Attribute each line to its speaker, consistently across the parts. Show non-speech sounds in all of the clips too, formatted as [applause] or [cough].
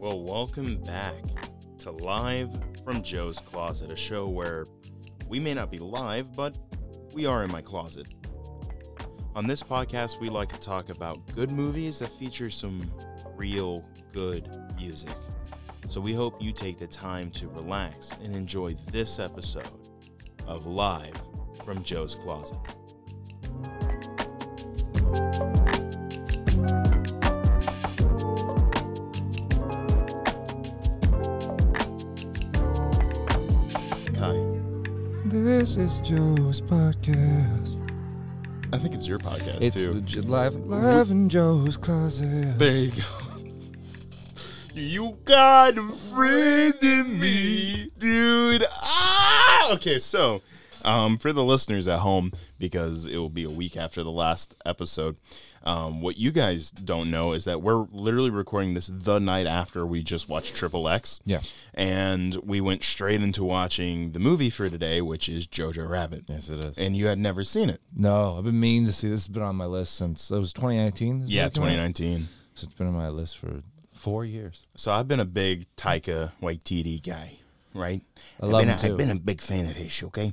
Speaker 1: Well, welcome back to Live from Joe's Closet, a show where we may not be live, but we are in my closet. On this podcast, we like to talk about good movies that feature some real good music. So we hope you take the time to relax and enjoy this episode of Live from Joe's Closet. Kai,
Speaker 2: This is Joe's podcast.
Speaker 1: I think it's your podcast
Speaker 2: it's
Speaker 1: too.
Speaker 2: legit live, live in Joe's closet.
Speaker 1: There you go. You got a friend in me, dude. Ah! Okay, so um, for the listeners at home, because it will be a week after the last episode, um, what you guys don't know is that we're literally recording this the night after we just watched Triple X.
Speaker 2: Yeah.
Speaker 1: And we went straight into watching the movie for today, which is Jojo Rabbit.
Speaker 2: Yes, it is.
Speaker 1: And you had never seen it.
Speaker 2: No, I've been meaning to see this. Has been on my list since it was 2019. this
Speaker 1: Yeah,
Speaker 2: movie came out?
Speaker 1: 2019.
Speaker 2: So it's been on my list for four years.
Speaker 1: So I've been a big Taika Waititi guy, right?
Speaker 2: I love
Speaker 1: have
Speaker 2: him too.
Speaker 1: I've been a big fan of his. Okay,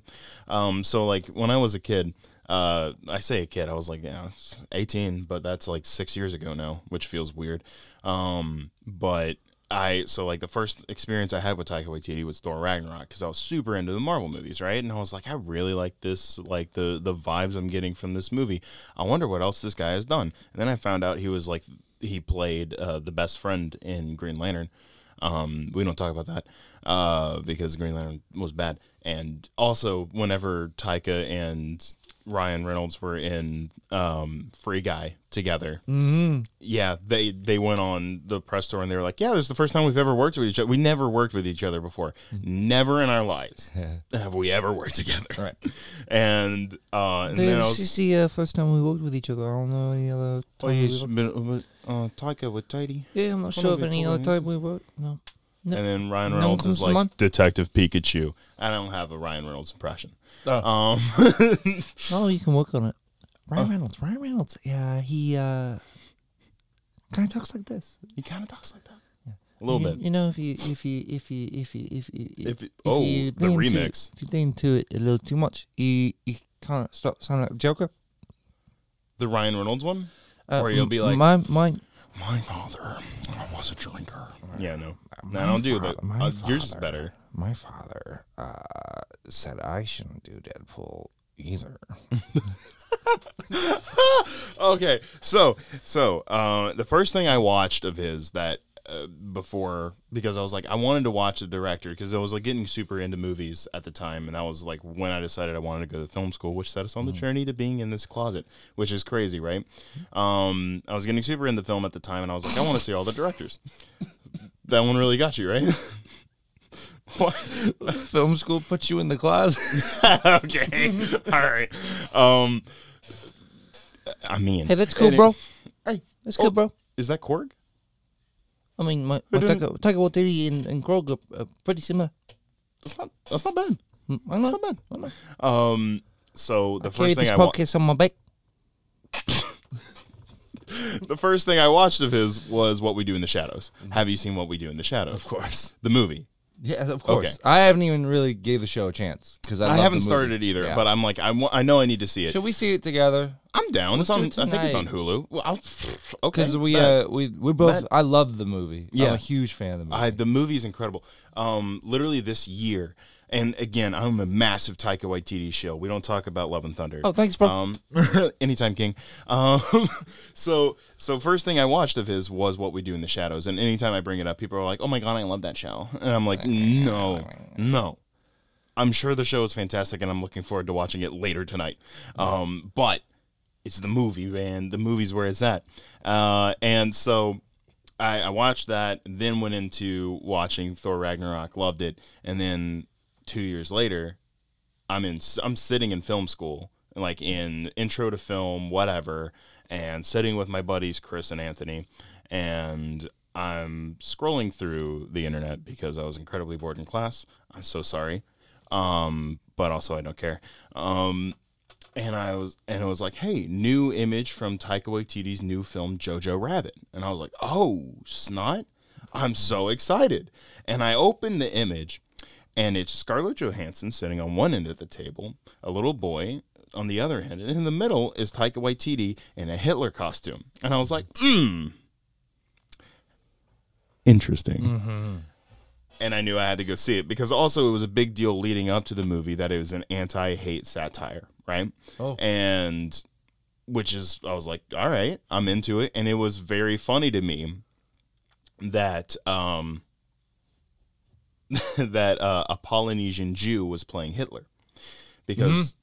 Speaker 1: um, so like when I was a kid, uh, I say a kid, I was like, yeah, it's eighteen, but that's like six years ago now, which feels weird. Um, but I so like the first experience I had with Taika Waititi was Thor Ragnarok because I was super into the Marvel movies, right? And I was like, I really like this, like the the vibes I'm getting from this movie. I wonder what else this guy has done. And then I found out he was like he played uh, the best friend in Green Lantern. Um, we don't talk about that uh, because Green Lantern was bad. And also, whenever Taika and Ryan Reynolds were in um, Free Guy together, Mm-hmm. yeah, they they went on the press tour and they were like, "Yeah, this is the first time we've ever worked with each other. We never worked with each other before. Never in our lives have we ever worked together." Right. [laughs] And uh, and then I was,
Speaker 2: the uh, first time we worked with each other. I don't know any other.
Speaker 1: oh, he's been with, uh, Taika with Tidy.
Speaker 2: yeah, I'm not
Speaker 1: sure of any other time
Speaker 2: we worked. No. No.
Speaker 1: And then Ryan
Speaker 2: No
Speaker 1: Reynolds
Speaker 2: comes
Speaker 1: is
Speaker 2: to
Speaker 1: like
Speaker 2: mind.
Speaker 1: Detective Pikachu. I don't have a Ryan Reynolds impression.
Speaker 2: Oh.
Speaker 1: Um,
Speaker 2: Oh, you can work on it.
Speaker 1: Oh.
Speaker 2: Ryan Reynolds. Ryan Reynolds. Yeah, he uh, kind of talks like this.
Speaker 1: he kind of talks like that a little
Speaker 2: you,
Speaker 1: bit.
Speaker 2: You know, if you if you if you if you if you
Speaker 1: If it- oh, the
Speaker 2: lean to-
Speaker 1: remix.
Speaker 2: if you lean to it a little too much, you you kind of stop sounding like Joker.
Speaker 1: the Ryan Reynolds one,
Speaker 2: Uh,
Speaker 1: Or you'll be
Speaker 2: m-
Speaker 1: like-
Speaker 2: my my.
Speaker 1: my father was a drinker. Yeah, no, no, I don't do
Speaker 2: father-
Speaker 1: that.
Speaker 2: my
Speaker 1: Uh, yours is
Speaker 2: father-
Speaker 1: better.
Speaker 2: My father uh, said I shouldn't do Deadpool either.
Speaker 1: okay, so so uh, the first thing I watched of his that uh, before because I was like I wanted to watch the director because I was like getting super into movies at the time, and that was like when I decided I wanted to go to film school, which set us on the
Speaker 2: Mm-hmm.
Speaker 1: journey to being in this closet, which is crazy, right? Um, I was getting super into film at the time, and I was like I want to see all the directors. that one really got you, right?
Speaker 2: [laughs]
Speaker 1: What?
Speaker 2: Film school puts you in the closet.
Speaker 1: okay, all right. Um, I mean,
Speaker 2: hey, that's
Speaker 1: [laughs]
Speaker 2: cool,
Speaker 1: and it-
Speaker 2: bro.
Speaker 1: Hey,
Speaker 2: That's cool,
Speaker 1: oh,
Speaker 2: bro.
Speaker 1: Is that Korg?
Speaker 2: I mean, my, my
Speaker 1: didn't-
Speaker 2: Taika Taika Waititi and, and Krog are, are pretty similar.
Speaker 1: That's not that's not bad.
Speaker 2: Mm, I
Speaker 1: That's
Speaker 2: know.
Speaker 1: not bad.
Speaker 2: I know.
Speaker 1: Um, so the
Speaker 2: Carry
Speaker 1: first
Speaker 2: this
Speaker 1: thing I wa-
Speaker 2: podcast on my back.
Speaker 1: the first thing I watched of his was What We Do in the Shadows. Have you seen What We Do in the Shadows? Of course, the movie.
Speaker 2: Yeah, of
Speaker 1: Okay.
Speaker 2: course. I haven't even really gave the show a chance because I,
Speaker 1: I,
Speaker 2: love the
Speaker 1: haven't
Speaker 2: movie.
Speaker 1: started it either,
Speaker 2: Yeah.
Speaker 1: but I'm like I wa- I know I need to see it.
Speaker 2: should we see it together?
Speaker 1: I'm down. It's on.
Speaker 2: do it
Speaker 1: I think it's on
Speaker 2: tonight.
Speaker 1: Hulu. Well, I'll, [sighs] okay,
Speaker 2: Because we
Speaker 1: bet.
Speaker 2: uh, we we both. I love the movie. I'm
Speaker 1: Yeah.
Speaker 2: a huge fan of the movie.
Speaker 1: I, the movie's incredible. Um, literally this year, and again, I'm a massive Taika Waititi shill. We don't talk about Love and Thunder.
Speaker 2: oh, thanks, bro.
Speaker 1: Um, [laughs] anytime, King. Um, [laughs] so, so first thing I watched of his was What We Do in the Shadows, and anytime I bring it up, people are like, "Oh my god, I love that show," and I'm like, "No, no." I'm sure the show is fantastic, and I'm looking forward to watching it later tonight. Um, but it's the movie, man. The movie's where it's at. Uh, and so I, I watched that, then went into watching Thor Ragnarok, loved it, and then two years later, I'm in I'm sitting in film school, like in intro to film, whatever, and sitting with my buddies Chris and Anthony, and I'm scrolling through the internet because I was incredibly bored in class. I'm so sorry, um, but also I don't care. Um, and I was and it was like, hey, new image from Taika Waititi's new film Jojo Rabbit, and I was like, oh snot, I'm so excited. And I opened the image, and it's Scarlett Johansson sitting on one end of the table, a little boy on the other end, and in the middle is Taika Waititi in a Hitler costume, and I was like, mmm, interesting and I knew I had to go see it because also it was a big deal leading up to the movie that it was an anti-hate satire, right?
Speaker 2: Oh.
Speaker 1: And which is I was like, all right, I'm into it and it was very funny to me that um [laughs] that uh, a Polynesian Jew was playing Hitler because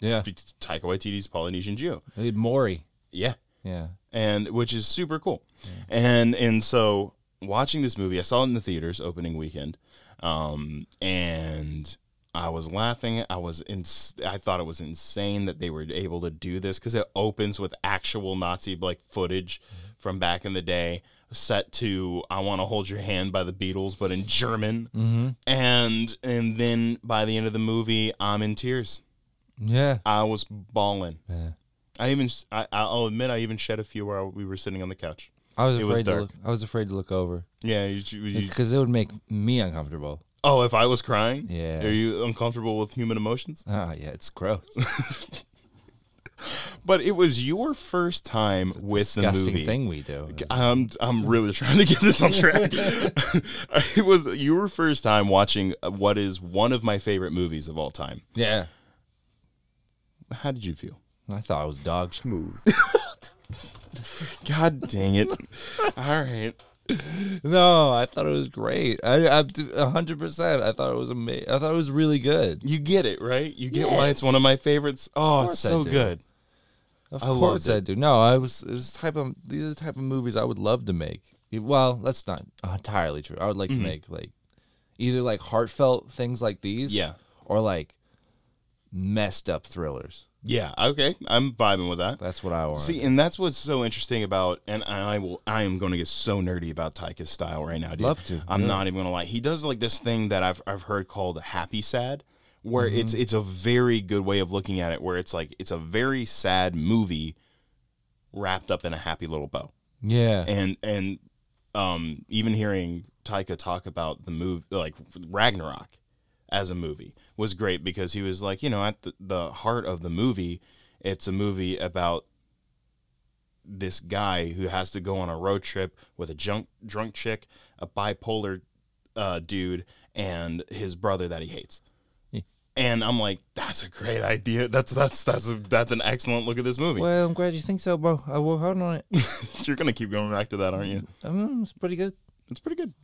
Speaker 3: Yeah.
Speaker 1: Taika Waititi's Polynesian Jew.
Speaker 3: Hey, Maury.
Speaker 1: Yeah
Speaker 3: Yeah.
Speaker 1: and which is super cool. And and so watching this movie, I saw it in the theaters opening weekend, um, and I was laughing. I was in, I thought it was insane that they were able to do this because it opens with actual Nazi like footage from back in the day. Set to "I Want to Hold Your Hand" by the Beatles, but in German, and and then by the end of the movie, I'm in tears.
Speaker 3: Yeah.
Speaker 1: I was bawling.
Speaker 3: Yeah.
Speaker 1: I even I, I'll admit I even shed a few while we were sitting on the couch.
Speaker 3: I was
Speaker 1: It
Speaker 3: afraid
Speaker 1: was
Speaker 3: to
Speaker 1: dark.
Speaker 3: look. I was afraid to look over
Speaker 1: Yeah. You, you, you-
Speaker 3: because it would make me uncomfortable.
Speaker 1: oh, if I was crying,
Speaker 3: Yeah.
Speaker 1: Are you uncomfortable with human emotions?
Speaker 3: Ah, yeah, it's gross.
Speaker 1: But it was your first time with the
Speaker 3: Disgusting
Speaker 1: movie.
Speaker 3: thing we do.
Speaker 1: I'm I'm really trying to get this on
Speaker 3: [laughs]
Speaker 1: track. [laughs] it was your first time watching uh, what is one of my favorite movies of all time.
Speaker 3: Yeah.
Speaker 1: How did you feel?
Speaker 3: I thought I was dog smooth.
Speaker 1: [laughs] God dang
Speaker 3: [laughs]
Speaker 1: it! all right.
Speaker 3: no, I thought it was great. I, I, a hundred percent. I thought it was amazing. I thought it was really good.
Speaker 1: You get it, right? You get why it's one of my favorites. Oh, it's
Speaker 3: course I
Speaker 1: so
Speaker 3: do.
Speaker 1: good.
Speaker 3: Of
Speaker 1: I loved
Speaker 3: course I
Speaker 1: it.
Speaker 3: do. No, I was this type of these are the type of movies I would love to make. Well, that's not entirely true. I would
Speaker 1: Mm-hmm.
Speaker 3: like to make like either like heartfelt things like these,
Speaker 1: Yeah.
Speaker 3: or like messed up thrillers.
Speaker 1: Yeah. Okay. I'm vibing with that.
Speaker 3: That's what I want.
Speaker 1: See, and that's what's so interesting about, and I will, I am going to get so nerdy about Taika's style right now. Dude.
Speaker 3: Love to,
Speaker 1: I'm
Speaker 3: yeah.
Speaker 1: not even going to lie. He does like this thing that I've I've heard called happy sad, where it's
Speaker 3: Mm-hmm.
Speaker 1: it's a very good way of looking at it, where it's like it's a very sad movie wrapped up in a happy little bow
Speaker 3: yeah,
Speaker 1: and and um, even hearing Taika talk about the move like Ragnarok as a movie was great because he was like you know at the, the heart of the movie it's a movie about this guy who has to go on a road trip with a junk, drunk chick a bipolar uh, dude and his brother that he hates
Speaker 3: Yeah.
Speaker 1: and I'm like that's a great idea that's that's that's a, that's an excellent look at this movie
Speaker 2: Well, I'm glad you think so, bro. I worked hard on
Speaker 1: [laughs]
Speaker 2: it.
Speaker 1: you're gonna keep going back to that aren't you
Speaker 2: I mean, it's pretty good.
Speaker 1: it's pretty good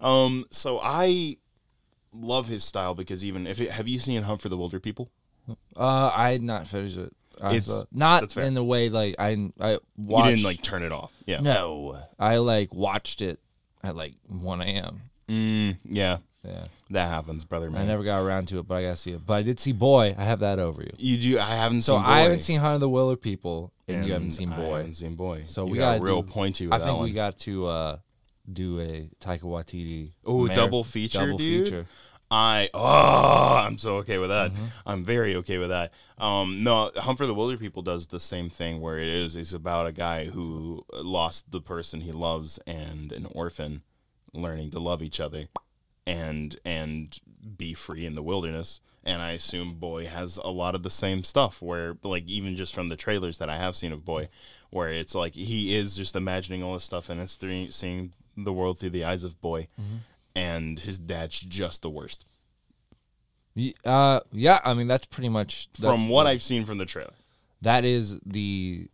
Speaker 2: Oh.
Speaker 1: Um, so I love his style because even if it, have you seen Hunt for the Wilder People?
Speaker 3: uh, I had not finished it. I
Speaker 1: It's-
Speaker 3: thought- not
Speaker 1: that's fair.
Speaker 3: in the way like I I watched.
Speaker 1: You didn't like turn it off. Yeah.
Speaker 3: no, I like watched it at like one a.m.
Speaker 1: Mm, yeah.
Speaker 3: Yeah,
Speaker 1: That happens, brother man.
Speaker 3: I never got around to it, but I gotta see it. But I did see Boy. I have that over you.
Speaker 1: you do I haven't
Speaker 3: So
Speaker 1: seen Boy.
Speaker 3: I haven't seen Hunter the Willer People, and, you haven't
Speaker 1: and
Speaker 3: seen
Speaker 1: I
Speaker 3: Boy.
Speaker 1: haven't seen Boy.
Speaker 3: So
Speaker 1: You
Speaker 3: we
Speaker 1: got
Speaker 3: gotta
Speaker 1: real
Speaker 3: do-
Speaker 1: pointy with
Speaker 3: I
Speaker 1: that
Speaker 3: think
Speaker 1: one.
Speaker 3: we got to uh, do a Taika Waititi.
Speaker 1: Ooh,
Speaker 3: Ameri-
Speaker 1: double feature, dude. I oh I'm so okay with that. I'm very okay with that. Um no Hunt for the Wilder People does the same thing where it is it's about a guy who lost the person he loves and an orphan learning to love each other and and be free in the wilderness. And I assume Boy has a lot of the same stuff where like even just from the trailers that I have seen of Boy, where it's like he is just imagining all this stuff and it's thre- seeing the world through the eyes of Boy and his dad's just the worst
Speaker 3: Y- Uh, yeah, I mean that's pretty much that's
Speaker 1: from what
Speaker 3: the-
Speaker 1: I've seen from the trailer.
Speaker 3: that is the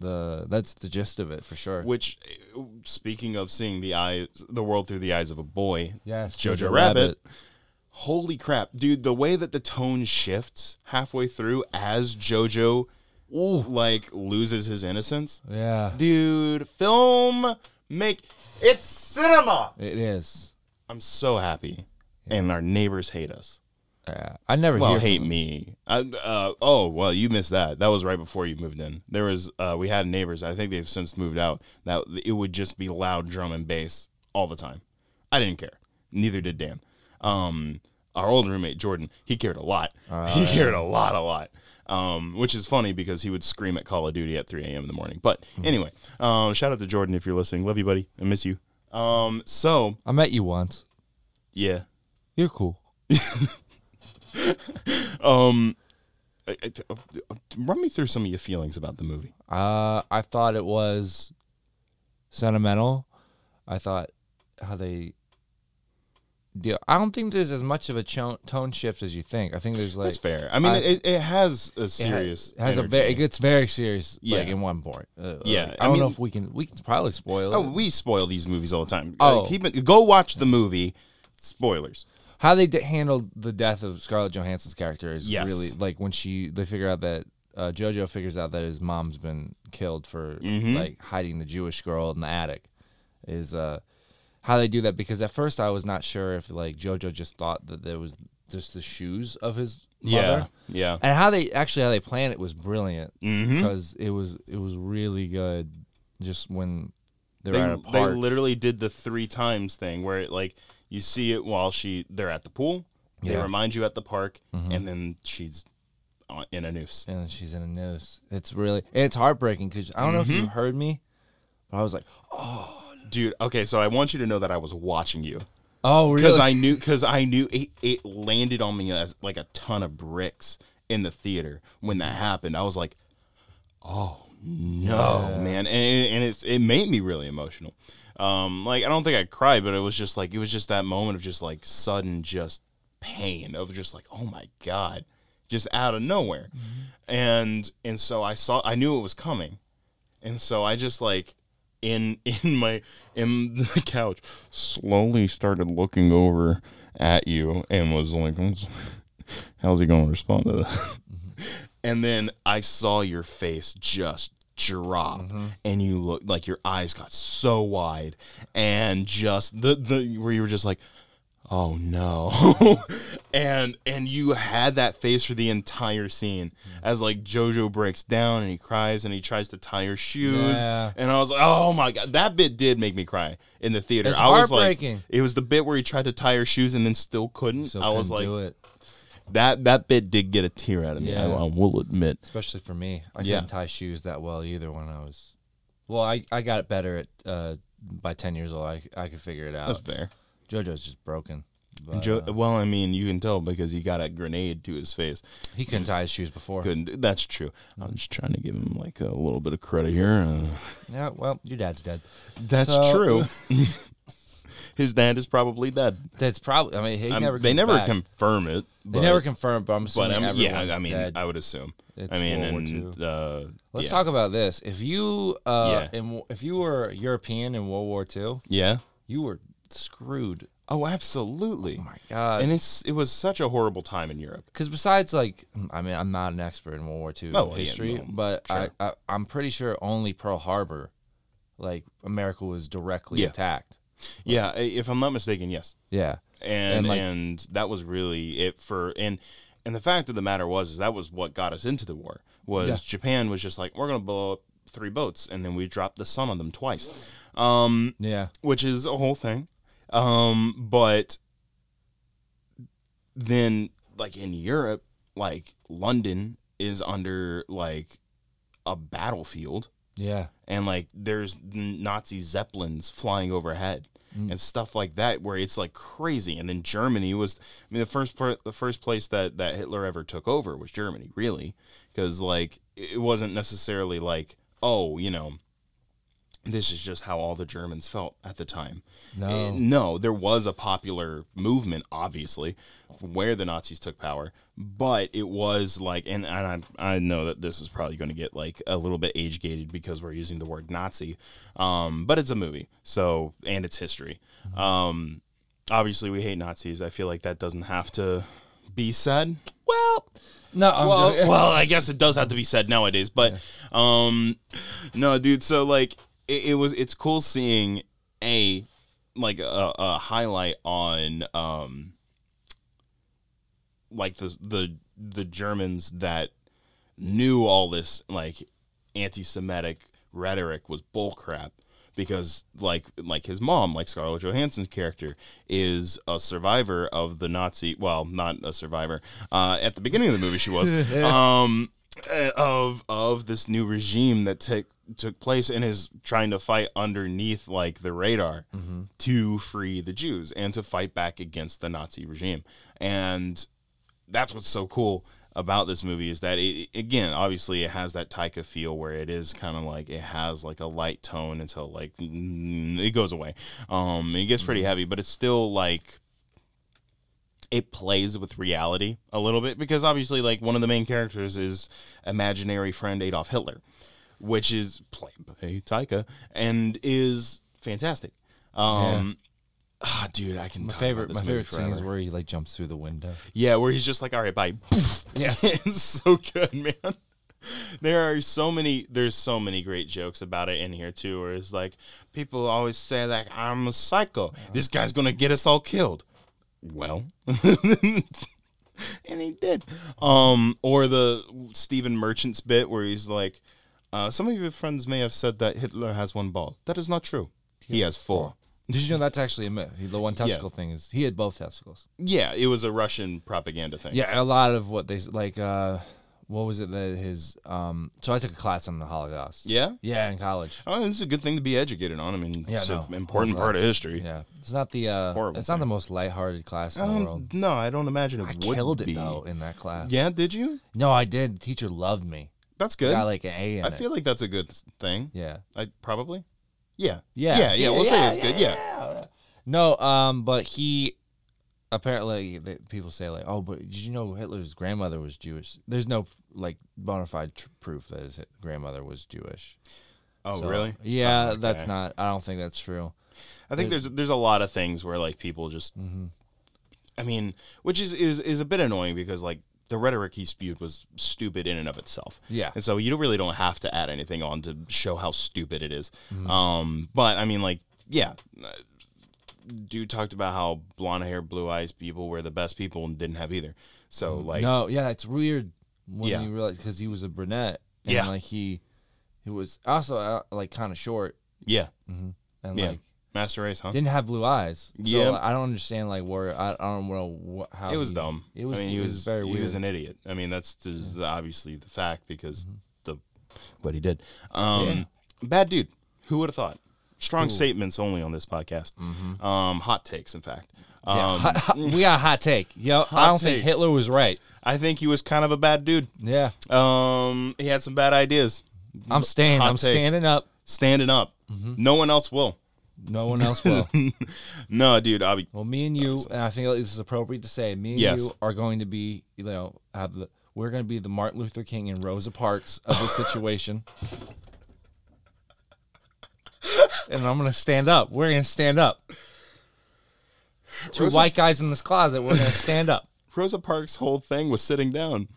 Speaker 3: the that's the gist of it for sure.
Speaker 1: Which, uh, speaking of seeing the eyes, the world through the eyes of a boy,
Speaker 3: Yes,
Speaker 1: Jojo,
Speaker 3: Jojo
Speaker 1: Rabbit.
Speaker 3: Rabbit.
Speaker 1: Holy crap, dude! The way that the tone shifts halfway through as Jojo, like loses his innocence,
Speaker 3: Yeah,
Speaker 1: dude. Film make it's cinema.
Speaker 3: it is.
Speaker 1: I'm so happy, and our neighbors hate us.
Speaker 3: Yeah, I never
Speaker 1: Well,
Speaker 3: hear.
Speaker 1: hate
Speaker 3: from-
Speaker 1: me. I, uh, oh, well, you missed that. That was right before you moved in. There was uh, we had neighbors. I think they've since moved out. That it would just be loud drum and bass all the time. I didn't care. Neither did Dan. Um, our old roommate Jordan, he cared a lot.
Speaker 3: Uh,
Speaker 1: he cared a lot, a lot. Um, which is funny because he would scream at Call of Duty at 3 a.m. in the morning. But
Speaker 3: Hmm.
Speaker 1: anyway, um, shout out to Jordan if you're listening. Love you, buddy. I miss you. Um, so
Speaker 3: I met you once.
Speaker 1: yeah,
Speaker 3: You're cool.
Speaker 1: [laughs] Um, I- I- t- run me through some of your feelings about the movie.
Speaker 3: Uh, I thought it was sentimental. I thought how they deal. I don't think there's as much of a cho- tone shift as you think. I think there's like
Speaker 1: That's fair. I mean,
Speaker 3: I-
Speaker 1: it, it has a
Speaker 3: it ha-
Speaker 1: serious.
Speaker 3: has a
Speaker 1: energy.
Speaker 3: very it gets very serious like
Speaker 1: Yeah.
Speaker 3: in one point. Uh,
Speaker 1: Yeah,
Speaker 3: like,
Speaker 1: I
Speaker 3: I, don't know
Speaker 1: mean-
Speaker 3: if we can we can probably spoil
Speaker 1: Oh,
Speaker 3: it.
Speaker 1: we spoil these movies all the time.
Speaker 3: Oh.
Speaker 1: Uh, keep it. Go watch the movie. Spoilers.
Speaker 3: how they d- handled the death of Scarlett Johansson's character is
Speaker 1: Yes.
Speaker 3: really like when she they figure out that uh, JoJo figures out that his mom's been killed for
Speaker 1: Mm-hmm.
Speaker 3: like hiding the Jewish girl in the attic is uh how they do that because at first I was not sure if like JoJo just thought that there was just the shoes of his mother.
Speaker 1: Yeah.
Speaker 3: And how they actually how they planned it was brilliant
Speaker 1: Mm-hmm.
Speaker 3: because it was it was really good just when they're
Speaker 1: They,
Speaker 3: at a
Speaker 1: they
Speaker 3: park.
Speaker 1: literally did the three times thing where it like you see it while she they're at the pool. They
Speaker 3: Yeah.
Speaker 1: remind you at the park, and then she's on, in a noose.
Speaker 3: and then she's in a noose. It's really and it's heartbreaking because I don't know if
Speaker 1: Mm-hmm.
Speaker 3: you heard me, but I was like,
Speaker 1: Dude. Okay. So I want you to know that I was watching you.
Speaker 3: "Oh,
Speaker 1: because
Speaker 3: really?"
Speaker 1: I knew because I knew it, it landed on me as like a ton of bricks in the theater when that happened. I was like, oh no, man, and and and it's it made me really emotional. Um, like I don't think I cried, but it was just like it was just that moment of just like sudden just pain of just like oh my god, just out of nowhere,
Speaker 3: Mm-hmm.
Speaker 1: and and so I saw I knew it was coming, and so I just like in [laughs] in my in the couch slowly started looking over at you and was like "I'm s- how's he going to respond to that and then i saw your face just drop
Speaker 3: Mm-hmm.
Speaker 1: and you looked like your eyes got so wide and just the the where you were just like oh no [laughs] and and you had that face for the entire scene
Speaker 3: Mm.
Speaker 1: as like jojo breaks down and he cries and he tries to tie her shoes
Speaker 3: Yeah.
Speaker 1: and i was like oh my god that bit did make me cry in the theater
Speaker 3: It's
Speaker 1: i was like
Speaker 3: heartbreaking.
Speaker 1: it was the bit where he tried to tie her shoes and then still couldn't
Speaker 3: so
Speaker 1: i was
Speaker 3: couldn't
Speaker 1: like
Speaker 3: do it,
Speaker 1: that that bit did get a tear out of me I-
Speaker 3: Yeah.
Speaker 1: I, will admit
Speaker 3: especially for me. I
Speaker 1: Yeah.
Speaker 3: couldn't tie shoes that well either when I was. Well, I, I got better at uh, by ten years old. I I could figure it out.
Speaker 1: that's fair
Speaker 3: JoJo's just broken. But,
Speaker 1: jo-
Speaker 3: uh,
Speaker 1: well i mean you can tell because he got a grenade to his face
Speaker 3: he couldn't tie his shoes before.
Speaker 1: couldn't that's true i'm just trying to give him like a little bit of credit here uh,
Speaker 3: Yeah, well, your dad's dead.
Speaker 1: That's
Speaker 3: So-
Speaker 1: true. [laughs] His dad is probably dead.
Speaker 3: That's probably. I mean, he
Speaker 1: I'm-
Speaker 3: never.
Speaker 1: Um, they
Speaker 3: comes
Speaker 1: never
Speaker 3: back.
Speaker 1: confirm it. But,
Speaker 3: They never confirmed, but I'm
Speaker 1: But
Speaker 3: assuming
Speaker 1: I mean, yeah,
Speaker 3: everyone's
Speaker 1: I mean,
Speaker 3: dead.
Speaker 1: I would assume.
Speaker 3: It's
Speaker 1: I mean,
Speaker 3: World War
Speaker 1: and uh,
Speaker 3: Let's
Speaker 1: yeah.
Speaker 3: talk about this. If you uh,
Speaker 1: Yeah.
Speaker 3: in, if you were European in World War II,
Speaker 1: Yeah.
Speaker 3: you were screwed.
Speaker 1: Oh, absolutely.
Speaker 3: Oh my god!
Speaker 1: and it's it was such a horrible time in Europe.
Speaker 3: Because besides, like, mm, I mean, I'm not an expert in World War II
Speaker 1: Oh, yeah,
Speaker 3: history,
Speaker 1: no,
Speaker 3: but
Speaker 1: sure.
Speaker 3: I, I, I'm pretty sure only Pearl Harbor, like, America was directly
Speaker 1: Yeah.
Speaker 3: attacked.
Speaker 1: Yeah, i- if I'm not mistaken, yes.
Speaker 3: Yeah,
Speaker 1: and and,
Speaker 3: And, like-
Speaker 1: that was really it for and and the fact of the matter was is that was what got us into the war was
Speaker 3: Yeah.
Speaker 1: Japan was just like we're gonna blow up three boats and then we dropped the sun on them twice, um,
Speaker 3: yeah.
Speaker 1: which is a whole thing, um, but then like in Europe like London is under like a battlefield
Speaker 3: Yeah.
Speaker 1: and like there's Nazi zeppelins flying overhead and stuff like that, where it's like crazy. And then Germany was, I mean, the first pr- the first place that that Hitler ever took over was Germany, really, because like it wasn't necessarily like oh, you know. This is just how all the Germans felt at the time.
Speaker 3: No.
Speaker 1: Eh, no, there was a popular movement, obviously, where the Nazis took power, but it was like, and, and I, I know that this is probably going to get like a little bit age gated because we're using the word Nazi, um, but it's a movie, so and it's history. Um, obviously, we hate Nazis. I feel like that doesn't have to be said.
Speaker 3: Well, no. I'm
Speaker 1: Well,
Speaker 3: [laughs] joking.
Speaker 1: well, I guess it does have to be said nowadays, but um, no, dude. So like, it, it was. It's cool seeing a like a, a highlight on um like the the the Germans that knew all this like anti-Semitic rhetoric was bullcrap because like like his mom, like Scarlett Johansson's character, is a survivor of the Nazi. Well, not a survivor. Uh, at the beginning of the movie, she was um, eh, of of this new regime that took took place and is trying to fight underneath like the radar to free the Jews and to fight back against the Nazi regime. And that's what's so cool about this movie is that it again obviously it has that taika feel where it is kind of like it has like a light tone until like mm, it goes away um it gets
Speaker 3: Mm-hmm.
Speaker 1: pretty heavy but it's still like it plays with reality a little bit because obviously like one of the main characters is imaginary friend adolf hitler which is played by taika and is fantastic um ah, dude i can
Speaker 3: My
Speaker 1: talk about
Speaker 3: favorite,
Speaker 1: this
Speaker 3: my
Speaker 1: movie
Speaker 3: favorite scene is
Speaker 1: forever.
Speaker 3: where he like jumps through the window.
Speaker 1: Yeah, where he's just like, all right, bye. [laughs]
Speaker 3: Yes.
Speaker 1: it's so good, man. There are so many. There's so many great jokes about it in here too. Where it's like people always say like, "I'm a psycho. This guy's gonna get us all killed." Well, [laughs] and he did. Um, or the Stephen Merchant's bit where he's like, uh, "Some of your friends may have said that Hitler has one ball. That is not true. He has four.
Speaker 3: Did you know that's actually a myth? He- The one testicle thing is he had both testicles.
Speaker 1: [laughs] Yeah, it was a Russian propaganda thing.
Speaker 3: Yeah, a lot of what they s- like. uh What was it that his? um So I took a class on the Holocaust.
Speaker 1: yeah.
Speaker 3: Yeah, in college.
Speaker 1: Oh, this is a good thing to be educated on. I mean,
Speaker 3: Yeah,
Speaker 1: it's
Speaker 3: no.
Speaker 1: an important part of history.
Speaker 3: Yeah, it's not the uh,
Speaker 1: Horrible
Speaker 3: it's not the most lighthearted class in the
Speaker 1: Um,
Speaker 3: world.
Speaker 1: no, I don't imagine it
Speaker 3: I
Speaker 1: would
Speaker 3: killed it
Speaker 1: be.
Speaker 3: though in that class.
Speaker 1: Yeah, did you?
Speaker 3: No, I did. The teacher loved me.
Speaker 1: That's
Speaker 3: I
Speaker 1: good.
Speaker 3: got like an A in
Speaker 1: I
Speaker 3: it.
Speaker 1: feel like that's a good thing.
Speaker 3: yeah.
Speaker 1: I probably. Yeah.
Speaker 3: Yeah.
Speaker 1: Yeah. Yeah. We'll say it's good. Yeah.
Speaker 3: No, um, but he apparently the, people say like, oh, but did you know Hitler's grandmother was Jewish? There's no like bona fide tr- proof that his grandmother was Jewish.
Speaker 1: Oh,
Speaker 3: So,
Speaker 1: really?
Speaker 3: Yeah,
Speaker 1: Oh,
Speaker 3: that's
Speaker 1: okay.
Speaker 3: not. I don't think that's true.
Speaker 1: I think there's there's a lot of things where like people just.
Speaker 3: Mm-hmm.
Speaker 1: I mean, which is is is a bit annoying because like the rhetoric he spewed was stupid in and of itself.
Speaker 3: Yeah.
Speaker 1: and so you don't- really don't have to add anything on to show how stupid it is.
Speaker 3: Mm-hmm.
Speaker 1: Um, but I mean, like, yeah. uh, Dude talked about how blonde hair, blue eyes people were the best people and didn't have either. So like,
Speaker 3: Mm-hmm. no, yeah, it's weird when
Speaker 1: Yeah.
Speaker 3: you realize because he was a brunette. And
Speaker 1: Yeah.
Speaker 3: like he, he was also uh, like kind of short
Speaker 1: yeah,
Speaker 3: and
Speaker 1: yeah,
Speaker 3: like
Speaker 1: master race, huh?
Speaker 3: didn't have blue eyes. So
Speaker 1: Yeah.
Speaker 3: I don't understand like where I, I don't know wh- how
Speaker 1: It was
Speaker 3: he-
Speaker 1: dumb.
Speaker 3: It was
Speaker 1: I mean,
Speaker 3: it was, very
Speaker 1: he
Speaker 3: weird. Mm-hmm.
Speaker 1: was an idiot. I mean, that's just obviously the fact because the what he did. Um, Bad dude. Who would have thought? Strong statements only on this podcast. Um, hot takes, in fact. Um,
Speaker 3: Mm-hmm. Yeah, [laughs] hot- hot- [laughs] we got a hot take. Yo, I
Speaker 1: Hot
Speaker 3: don't think
Speaker 1: takes.
Speaker 3: Hitler was right.
Speaker 1: I think he was kind of a bad dude.
Speaker 3: Yeah,
Speaker 1: Um, he had some bad ideas.
Speaker 3: I'm staying.
Speaker 1: Hot
Speaker 3: I'm
Speaker 1: takes.
Speaker 3: standing up.
Speaker 1: Standing up,
Speaker 3: Mm-hmm.
Speaker 1: no one else will.
Speaker 3: No one else
Speaker 1: [laughs]
Speaker 3: will.
Speaker 1: No, dude. I,
Speaker 3: well, me and you, and I think this is appropriate to say. Me and
Speaker 1: Yes.
Speaker 3: you are going to be, you know, have the. We're going to be the Martin Luther King and Rosa Parks of this
Speaker 1: [laughs]
Speaker 3: situation. and I'm going to stand up. We're going to stand up. Two
Speaker 1: Rosa-
Speaker 3: white guys in this closet. We're going to stand up.
Speaker 1: Rosa Parks' whole thing was sitting down.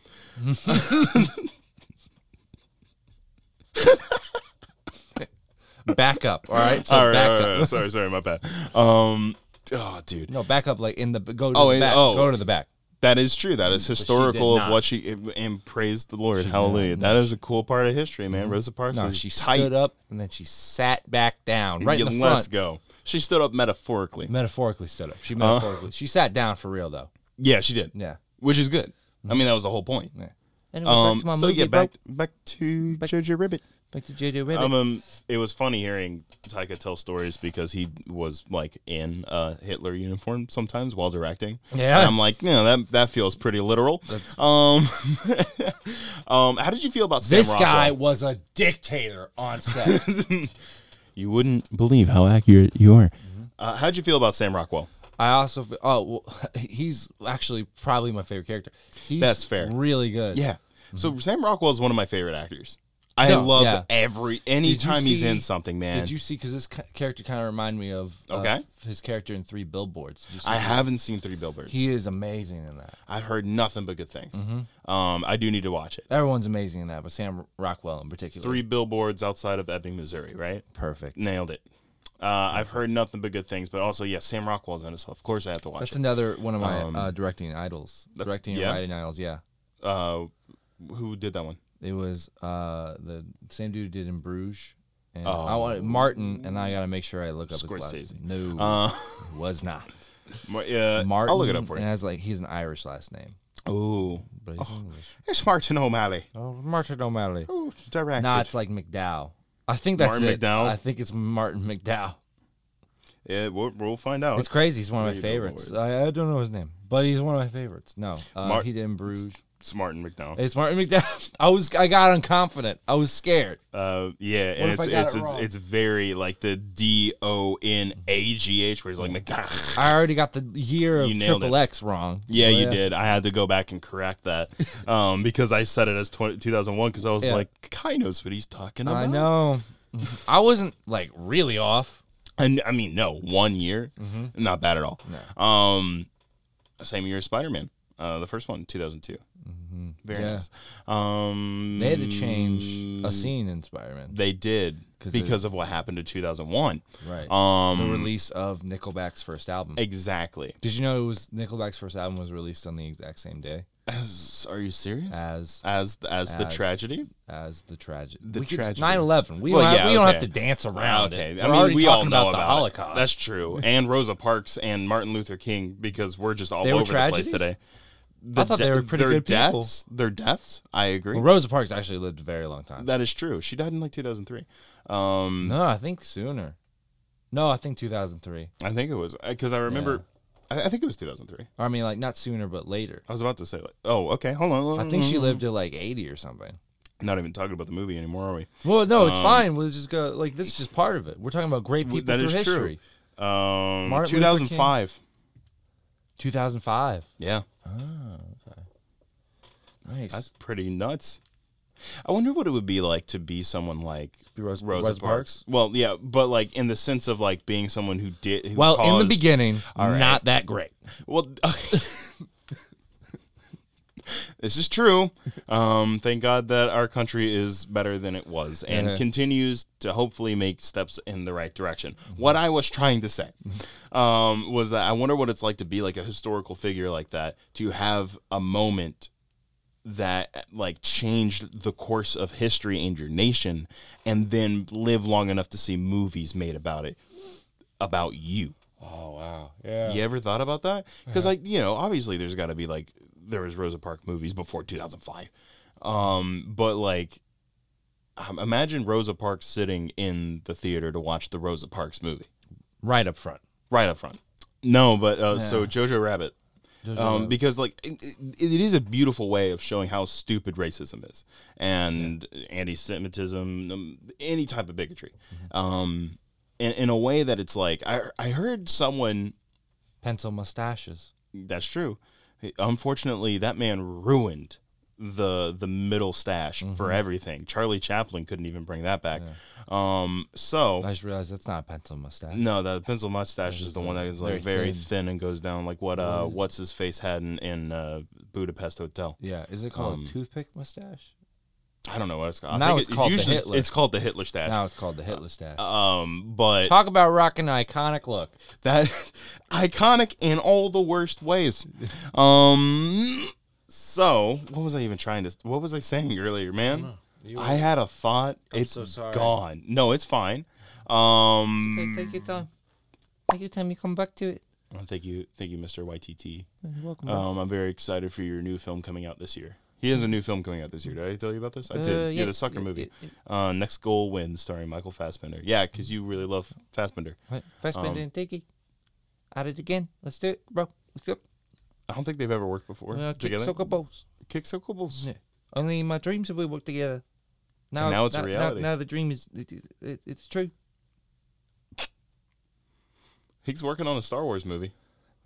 Speaker 3: Back up. All right. So
Speaker 1: All right,
Speaker 3: back
Speaker 1: all right,
Speaker 3: up.
Speaker 1: all right. sorry, sorry, my bad. Um, oh, dude.
Speaker 3: No, back up. Like in the go to
Speaker 1: Oh,
Speaker 3: the
Speaker 1: and-
Speaker 3: back.
Speaker 1: oh.
Speaker 3: Go to the back.
Speaker 1: That is true.
Speaker 3: Mm,
Speaker 1: That is historical of
Speaker 3: not.
Speaker 1: what she and praise the Lord. Hallelujah. That is a cool part of history, man. Rosa Parks
Speaker 3: No,
Speaker 1: was
Speaker 3: Mm-hmm. she
Speaker 1: tight.
Speaker 3: stood up and then she sat back down right
Speaker 1: Yeah,
Speaker 3: in the
Speaker 1: let's
Speaker 3: front. Mm-hmm.
Speaker 1: go. Uh-huh. She stood up metaphorically.
Speaker 3: Metaphorically stood up. She metaphorically. she sat down for real though.
Speaker 1: yeah, she did.
Speaker 3: Yeah.
Speaker 1: which is good. I mean, that was the whole point.
Speaker 3: yeah. Anyway,
Speaker 1: Um,
Speaker 3: back to my
Speaker 1: so
Speaker 3: movie,
Speaker 1: yeah,
Speaker 3: bro.
Speaker 1: back back to Jojo Rabbit.
Speaker 3: Back to JJ Riddick.
Speaker 1: Um, um, it was funny hearing Taika tell stories because he was like in a Hitler uniform sometimes while directing.
Speaker 3: Yeah.
Speaker 1: and I'm like, you know, that that feels pretty literal. Um, [laughs] um, how did you feel about Sam
Speaker 3: this
Speaker 1: Rockwell?
Speaker 3: guy was a dictator on set.
Speaker 1: You wouldn't believe how accurate you are. Uh, how'd you feel about Sam Rockwell?
Speaker 3: [laughs] I also f- oh well, [laughs] he's actually probably my favorite character. He's
Speaker 1: That's fair.
Speaker 3: Really good.
Speaker 1: So Sam Rockwell is one of my favorite actors. I
Speaker 3: Mm-hmm. No,
Speaker 1: love
Speaker 3: yeah.
Speaker 1: every
Speaker 3: Did you
Speaker 1: anytime he's
Speaker 3: see-
Speaker 1: in something, man.
Speaker 3: Did you see? Because this ca- character kind of reminded me of of
Speaker 1: Okay.
Speaker 3: his character in Three Billboards. Did you see
Speaker 1: I
Speaker 3: that?
Speaker 1: haven't seen Three Billboards.
Speaker 3: He is amazing in that.
Speaker 1: I've heard nothing but good things.
Speaker 3: Mm-hmm.
Speaker 1: Um, I do need to watch it.
Speaker 3: Everyone's amazing in that, but Sam Rockwell in particular.
Speaker 1: Three Billboards outside of Ebbing, Missouri, right?
Speaker 3: perfect.
Speaker 1: Nailed it. Uh, I've heard nothing but good things, but also, yeah, Sam Rockwell's in it, so of course I have to watch
Speaker 3: That's
Speaker 1: it.
Speaker 3: another one of my
Speaker 1: Um,
Speaker 3: uh, directing idols.
Speaker 1: that's-
Speaker 3: Directing
Speaker 1: yeah.
Speaker 3: and writing idols. Yeah,
Speaker 1: Uh, who did that one?
Speaker 3: it was uh, the same dude who did in Bruges. And
Speaker 1: Oh.
Speaker 3: I wanted Martin, and I gotta make sure I look up his
Speaker 1: Scorsese.
Speaker 3: last. name. No,
Speaker 1: Uh,
Speaker 3: it was not
Speaker 1: Mar- uh, [laughs]
Speaker 3: Martin.
Speaker 1: I'll look it up for
Speaker 3: And
Speaker 1: you.
Speaker 3: has like he's an Irish last name,
Speaker 1: Oh,
Speaker 3: but he's English.
Speaker 1: it's Martin O'Malley.
Speaker 3: Oh, Martin O'Malley.
Speaker 1: Ooh, directed.
Speaker 3: Nah, it's like McDowell. I think that's
Speaker 1: Martin
Speaker 3: it.
Speaker 1: McDowell?
Speaker 3: I think it's Martin McDowell.
Speaker 1: yeah, we'll, we'll find out.
Speaker 3: It's crazy. He's one of my
Speaker 1: Three
Speaker 3: favorites.
Speaker 1: awards.
Speaker 3: I, I don't know his name, but he's one of my favorites. No, uh,
Speaker 1: Mar-
Speaker 3: he did in Bruges.
Speaker 1: It's Martin McDonald.
Speaker 3: It's Martin McDowell. [laughs] I was I got unconfident. I was scared.
Speaker 1: Uh, yeah,
Speaker 3: What
Speaker 1: and
Speaker 3: if I
Speaker 1: it's
Speaker 3: got
Speaker 1: it's,
Speaker 3: it
Speaker 1: it's
Speaker 3: wrong?
Speaker 1: it's very like the D O N A G H, where he's like McDonald.
Speaker 3: I already got the year of
Speaker 1: You nailed
Speaker 3: Triple X wrong.
Speaker 1: [laughs] Yeah,
Speaker 3: But,
Speaker 1: you
Speaker 3: uh,
Speaker 1: did. I had to go back and correct [laughs] that um, because I said it as 20, 2001 because I was
Speaker 3: Yeah.
Speaker 1: like, Kai knows what he's talking about.
Speaker 3: I know. I wasn't like really off.
Speaker 1: And I mean, no, one year, not bad at all. Um, same year as Spider Man, uh, the first one, 2002. Very
Speaker 3: Yeah.
Speaker 1: nice. Um,
Speaker 3: They had to change a scene in Spider Man.
Speaker 1: They did
Speaker 3: 'Cause they-
Speaker 1: because of what happened in 2001.
Speaker 3: Right.
Speaker 1: Um,
Speaker 3: the release of Nickelback's first album.
Speaker 1: Exactly.
Speaker 3: Did you know it was Nickelback's first album was released on the exact same day
Speaker 1: As, are you serious?
Speaker 3: as
Speaker 1: as as the
Speaker 3: As-
Speaker 1: tragedy.
Speaker 3: as the tragedy?
Speaker 1: The
Speaker 3: we could-
Speaker 1: tragedy.
Speaker 3: 9/11. We
Speaker 1: Well,
Speaker 3: don't, have,
Speaker 1: yeah,
Speaker 3: we don't
Speaker 1: okay.
Speaker 3: have to dance around
Speaker 1: okay,
Speaker 3: it.
Speaker 1: I
Speaker 3: We're
Speaker 1: mean
Speaker 3: already
Speaker 1: we all
Speaker 3: talking
Speaker 1: know
Speaker 3: about,
Speaker 1: about,
Speaker 3: the
Speaker 1: it.
Speaker 3: Holocaust.
Speaker 1: That's
Speaker 3: [laughs]
Speaker 1: true. And Rosa Parks and Martin Luther King because we're just all
Speaker 3: They were
Speaker 1: over the
Speaker 3: tragedies?
Speaker 1: place today. The
Speaker 3: thought they were pretty
Speaker 1: their
Speaker 3: good people.
Speaker 1: deaths, Their deaths. I agree.
Speaker 3: Well, Rosa Parks actually lived a very long time.
Speaker 1: that is true. She died in like 2003. Um,
Speaker 3: no, I think sooner. No, I think 2003.
Speaker 1: I think it was because I remember. I, I think it was 2003.
Speaker 3: Or, I mean, like not sooner, but later.
Speaker 1: I was about to say like, oh, okay, hold on. Mm-hmm.
Speaker 3: I think she lived to like 80 or something.
Speaker 1: Not even talking about the movie anymore, are we?
Speaker 3: Well, no, it's
Speaker 1: Um,
Speaker 3: fine. We'll just go like this is just part of it. We're talking about great people
Speaker 1: that
Speaker 3: through
Speaker 1: is
Speaker 3: history.
Speaker 1: true. Um,
Speaker 3: Martin Luther King.
Speaker 1: 2005.
Speaker 3: 2005.
Speaker 1: Yeah,
Speaker 3: Nice.
Speaker 1: that's pretty nuts. I wonder what it would be like to be someone like
Speaker 3: Rosa,
Speaker 1: Rosa, Parks. Well, yeah, but like in the sense of like being someone who did. Who
Speaker 3: Well, in the
Speaker 1: caused-
Speaker 3: beginning,
Speaker 1: All right.
Speaker 3: not that great.
Speaker 1: Well, [laughs] this is true. Um, thank God that our country is better than it was and
Speaker 3: Yeah.
Speaker 1: continues to hopefully make steps in the right direction. What I was trying to say um, was that I wonder what it's like to be like a historical figure like that, to have a moment that like changed the course of history and your nation and then live long enough to see movies made about it about you
Speaker 3: Oh wow. Yeah.
Speaker 1: you ever thought about that? Because like you know, obviously there's got to be like there was Rosa Parks movies before 2005, um, but like um, imagine Rosa Parks sitting in the theater to watch the Rosa Parks movie
Speaker 3: Right up front.
Speaker 1: right up front. No, but uh, so Jojo Rabbit.
Speaker 3: Jojo
Speaker 1: Um, because like it, it, it is a beautiful way of showing how stupid racism is and anti-Semitism, um, any type of bigotry, um, in, in a way that it's like I I heard someone
Speaker 3: Pencil mustaches.
Speaker 1: that's true. Unfortunately, that man ruined the the middle stash
Speaker 3: Mm-hmm.
Speaker 1: for everything. Charlie Chaplin couldn't even bring that back. Um, so
Speaker 3: I just realized that's not a pencil mustache.
Speaker 1: no, the pencil mustache is the one that is like very,
Speaker 3: very
Speaker 1: thin. and goes down like what uh what's his face had in in uh, Budapest Hotel.
Speaker 3: Yeah. Is it called
Speaker 1: Um,
Speaker 3: a toothpick mustache?
Speaker 1: I don't know what it's called. I
Speaker 3: Now
Speaker 1: think
Speaker 3: it's called the
Speaker 1: usually
Speaker 3: Hitler.
Speaker 1: It's called the Hitler stash.
Speaker 3: Now it's called the
Speaker 1: uh,
Speaker 3: Hitler stash.
Speaker 1: Um, but
Speaker 3: Talk about rocking an iconic look.
Speaker 1: that [laughs] iconic in all the worst ways. Um, so what was I even trying to? What was I saying earlier, man?
Speaker 3: You
Speaker 1: I had a thought. It's
Speaker 3: so sorry.
Speaker 1: gone. No, it's fine. Um,
Speaker 2: take your time. Take your time. You come back to it.
Speaker 1: well, thank you, thank you, Mr. YTT.
Speaker 2: You're welcome. back.
Speaker 1: Um, I'm very excited for your new film coming out this year. He has a new film coming out this year. Did I tell you about this? I did.
Speaker 2: Uh,
Speaker 1: yeah,
Speaker 2: yeah,
Speaker 1: the sucker
Speaker 2: yeah,
Speaker 1: movie.
Speaker 2: yeah,
Speaker 1: Uh, Next Goal Wins, starring Michael Fassbender. Yeah, because you really love Fassbender.
Speaker 2: Right. First
Speaker 1: um,
Speaker 2: bit didn't take it. At it again. Let's do it, bro. Let's go.
Speaker 1: I don't think they've ever worked before
Speaker 2: Uh, kick
Speaker 1: together.
Speaker 2: soccer balls.
Speaker 1: Kick Sockables.
Speaker 2: Yeah. Only in my dreams have we worked together. Now,
Speaker 1: now it's a reality.
Speaker 2: Now, the dream is it, is- it, it's true.
Speaker 1: He's working on a Star Wars movie.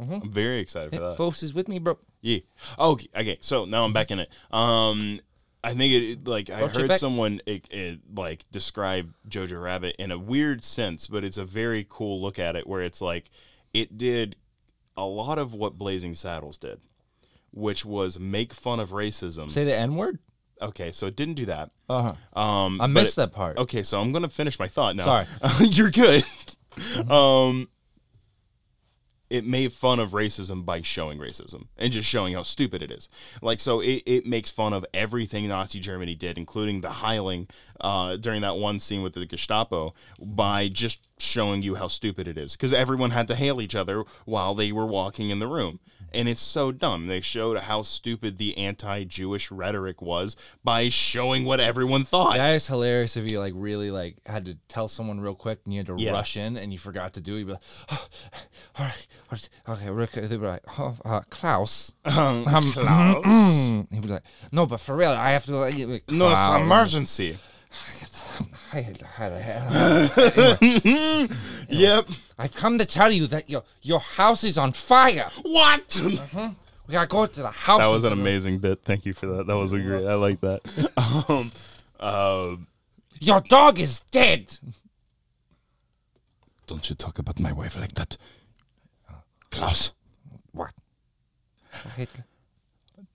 Speaker 2: Mhm.
Speaker 1: I'm very excited for
Speaker 2: Yeah,
Speaker 1: that.
Speaker 2: Force is with me, bro.
Speaker 1: Yeah. Oh, okay. okay. So now I'm back in it. Um, I think it- it like I
Speaker 2: Brought you
Speaker 1: heard
Speaker 2: back.
Speaker 1: someone it, it, like describe Jojo Rabbit in a weird sense, but it's a very cool look at it where it's like it did a lot of what Blazing Saddles did, which was make fun of racism.
Speaker 3: Say the N word.
Speaker 1: okay, so it didn't do that.
Speaker 3: Uh huh.
Speaker 1: Um,
Speaker 3: I
Speaker 1: but
Speaker 3: missed
Speaker 1: it- Oh.
Speaker 3: that
Speaker 1: [laughs]
Speaker 3: part.
Speaker 1: Okay, so I'm gonna finish my thought now.
Speaker 3: Sorry.
Speaker 1: you're good. Um, it made fun of racism by showing racism and just showing how stupid it is. Like, so it, it makes fun of everything Nazi Germany did, including the Heiling uh, during that one scene with the Gestapo, by just showing you how stupid it is. Because everyone had to hail each other while they were walking in the room. And it's so dumb. They showed how stupid the anti Jewish rhetoric was by showing what everyone thought.
Speaker 3: That is hilarious if you like really like had to tell someone real quick and you had to
Speaker 1: Yeah.
Speaker 3: rush in and you forgot to do it. You'd be like, [sighs] "Oh, all right, all right, okay, we're okay." They'd be like, oh, uh, Klaus.
Speaker 1: Um, mm-hmm. Klaus?
Speaker 3: Mm. He'd be like, no, but for real, I have to. Like, you'd be like,
Speaker 1: No, it's
Speaker 3: "Klaus."
Speaker 1: an emergency.
Speaker 3: [laughs] I had, I had, I had-
Speaker 1: Yep.
Speaker 3: I've come to tell you that your your house is on fire.
Speaker 1: What?
Speaker 3: We gotta go to the house.
Speaker 1: that was an
Speaker 3: and-
Speaker 1: amazing bit. Thank you for that. That was a great. I like that. [laughs] Um, uh,
Speaker 3: Your dog is
Speaker 1: [laughs]
Speaker 3: dead.
Speaker 1: Don't you talk about my wife like that, Klaus?
Speaker 3: What? I had-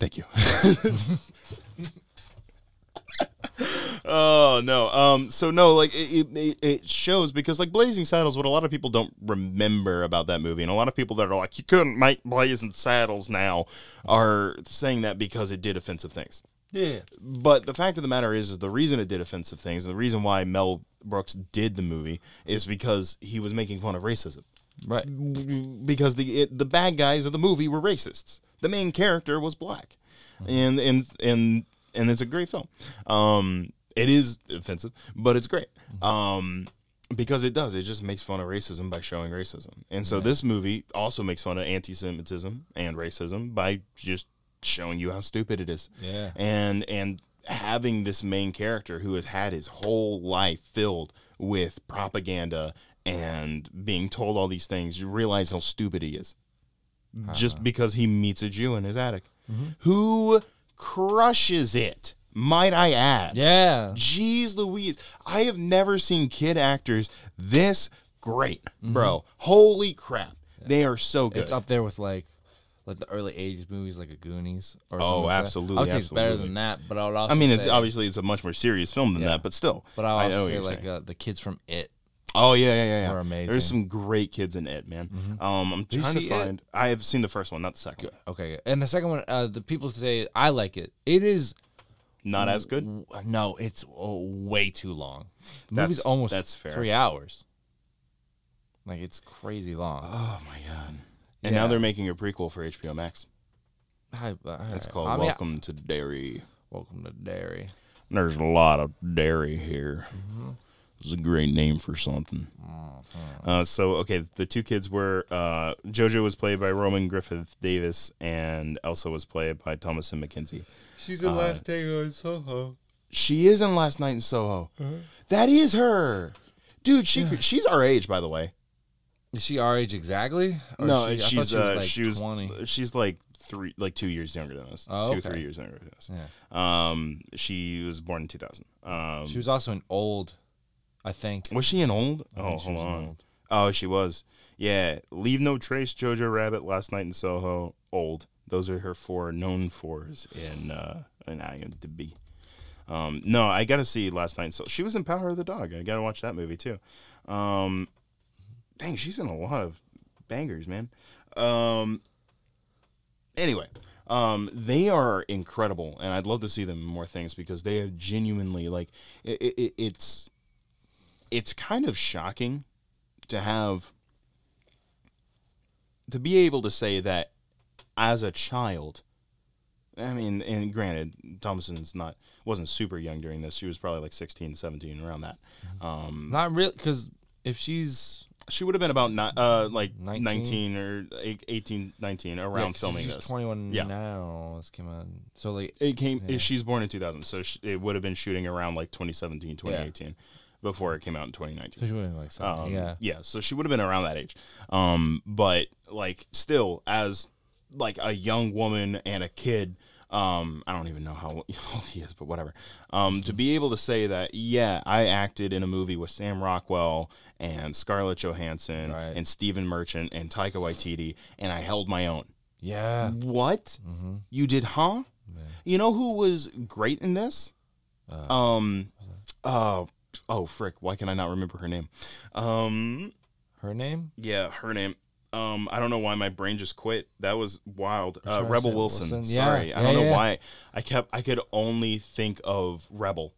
Speaker 1: Thank you. [laughs] oh no. Um. So no. Like it, it- it. It shows because like Blazing Saddles. What a lot of people don't remember about that movie, and a lot of people that are like, you couldn't make Blazing Saddles now, are saying that because it did offensive things.
Speaker 3: yeah.
Speaker 1: But the fact of the matter is, is the reason it did offensive things, and the reason why Mel Brooks did the movie is because he was making fun of racism.
Speaker 3: Right.
Speaker 1: Because the it, the bad guys of the movie were racists. The main character was black, and and and and it's a great film. Um, it is offensive, but it's great. Um. Because it does, it just makes fun of racism by showing racism, and so this movie also makes fun of anti-Semitism and racism by just showing you how stupid it is
Speaker 3: Yeah.
Speaker 1: and and having this main character who has had his whole life filled with propaganda and being told all these things you realize how stupid he is
Speaker 3: Uh-huh.
Speaker 1: just because he meets a jew in his attic
Speaker 3: Mm-hmm.
Speaker 1: who crushes it might i add
Speaker 3: Yeah.
Speaker 1: Jeez Louise. I have never seen kid actors this great, bro. Holy crap. They are so good.
Speaker 3: Mm-hmm. It's up there with like like the early '80s movies, like a Goonies. Or
Speaker 1: Oh,
Speaker 3: something like that.
Speaker 1: absolutely,
Speaker 3: I would say it's better
Speaker 1: absolutely.
Speaker 3: than that, but I would also.
Speaker 1: I mean, it's
Speaker 3: say-
Speaker 1: obviously it's a much more serious film than
Speaker 3: Yeah.
Speaker 1: that, but still.
Speaker 3: But I would
Speaker 1: know
Speaker 3: also
Speaker 1: what
Speaker 3: say
Speaker 1: you're
Speaker 3: like
Speaker 1: saying.
Speaker 3: uh, the kids from It.
Speaker 1: Oh yeah, yeah, yeah, yeah.
Speaker 3: Were amazing. Mm-hmm.
Speaker 1: There's some great kids in it, man. Um, I'm
Speaker 3: you
Speaker 1: trying to
Speaker 3: see it?
Speaker 1: find. I have seen the first one, not the second.
Speaker 3: Okay, and the second one, uh, the people say I like it. It is
Speaker 1: Not as good.
Speaker 3: no, it's oh, way too long. The
Speaker 1: That's-
Speaker 3: movie's almost
Speaker 1: that's fair.
Speaker 3: three hours. Like it's crazy long.
Speaker 1: Oh my god. And now
Speaker 3: Yeah.
Speaker 1: they're making a prequel for HBO Max.
Speaker 3: I- I-
Speaker 1: It's
Speaker 3: I-
Speaker 1: called
Speaker 3: I mean, I-
Speaker 1: Welcome to Dairy.
Speaker 3: Welcome to Dairy.
Speaker 1: There's a lot of dairy here.
Speaker 3: Mm-hmm.
Speaker 1: It's a great name for something. Uh, so okay, the two kids were uh, JoJo was played by Roman Griffith Davis, and Elsa was played by Thomason McKenzie.
Speaker 3: She's in last day on Soho.
Speaker 1: Uh,
Speaker 3: Uh-huh.
Speaker 1: She is in Last Night in Soho. That is her, dude. She she's our age, by the way.
Speaker 3: Is she our age exactly? Or
Speaker 1: no,
Speaker 3: is she, I thought
Speaker 1: she's
Speaker 3: she was
Speaker 1: uh,
Speaker 3: like
Speaker 1: she was
Speaker 3: twenty.
Speaker 1: she's like three, like two years younger than us.
Speaker 3: Oh,
Speaker 1: Two,
Speaker 3: okay.
Speaker 1: three years younger than us.
Speaker 3: Yeah.
Speaker 1: Um, she was born in 2000. Um,
Speaker 3: She was also an old, I think.
Speaker 1: was she an old?
Speaker 3: I think
Speaker 1: Oh,
Speaker 3: she
Speaker 1: hold
Speaker 3: was an
Speaker 1: on.
Speaker 3: old.
Speaker 1: Oh, she was. Yeah, leave no trace. Jojo Rabbit, Last Night in Soho, Old. Those are her four known fours in uh, in IMDb. Um, no, I gotta see Last Night in Soho. She was in Power of the Dog. I gotta watch that movie too. Um, dang, she's in a lot of bangers, man. Um, anyway, um, they are incredible, and I'd love to see them in more things because they have genuinely like it, it, it's it's kind of shocking to have to be able to say that as a child i mean and granted thomason's not wasn't super young during this she was probably like 16 17 around that
Speaker 3: Mm-hmm.
Speaker 1: um,
Speaker 3: Not really, because if she's
Speaker 1: she would have been about ni- uh, like 19,
Speaker 3: 19?
Speaker 1: or eight- 18 19
Speaker 3: yeah,
Speaker 1: around
Speaker 3: 'cause if
Speaker 1: filming
Speaker 3: she's
Speaker 1: this
Speaker 3: twenty one
Speaker 1: Yeah.
Speaker 3: now. This came out. So like,
Speaker 1: it came
Speaker 3: Yeah.
Speaker 1: she's born in 2000 so sh- it would have been shooting around like 2017 2018 before it came out in 2019
Speaker 3: so she would've been, like
Speaker 1: Um,
Speaker 3: seventeen. yeah.
Speaker 1: So she would have been around that age. Um, but like still as like a young woman and a kid, um, I don't even know how old [laughs] he is, but whatever. Um, to be able to say that, yeah, I acted in a movie with Sam Rockwell and Scarlett Johansson
Speaker 3: Right.
Speaker 1: and Stephen Merchant and Taika Waititi, and I held my own.
Speaker 3: Yeah. Mm-hmm.
Speaker 1: What? You did, huh? You know who was great in this?
Speaker 3: Uh,
Speaker 1: um, uh, oh frick! Why can I not remember her name? Um,
Speaker 3: her name?
Speaker 1: Yeah, her name. Um, I don't know why my brain just quit. That was wild.
Speaker 3: sure I
Speaker 1: Uh, Rebel
Speaker 3: said
Speaker 1: Wilson.
Speaker 3: Wilson. Yeah,
Speaker 1: Sorry, I
Speaker 3: yeah,
Speaker 1: don't know
Speaker 3: yeah.
Speaker 1: why. I kept. I could only think of Rebel,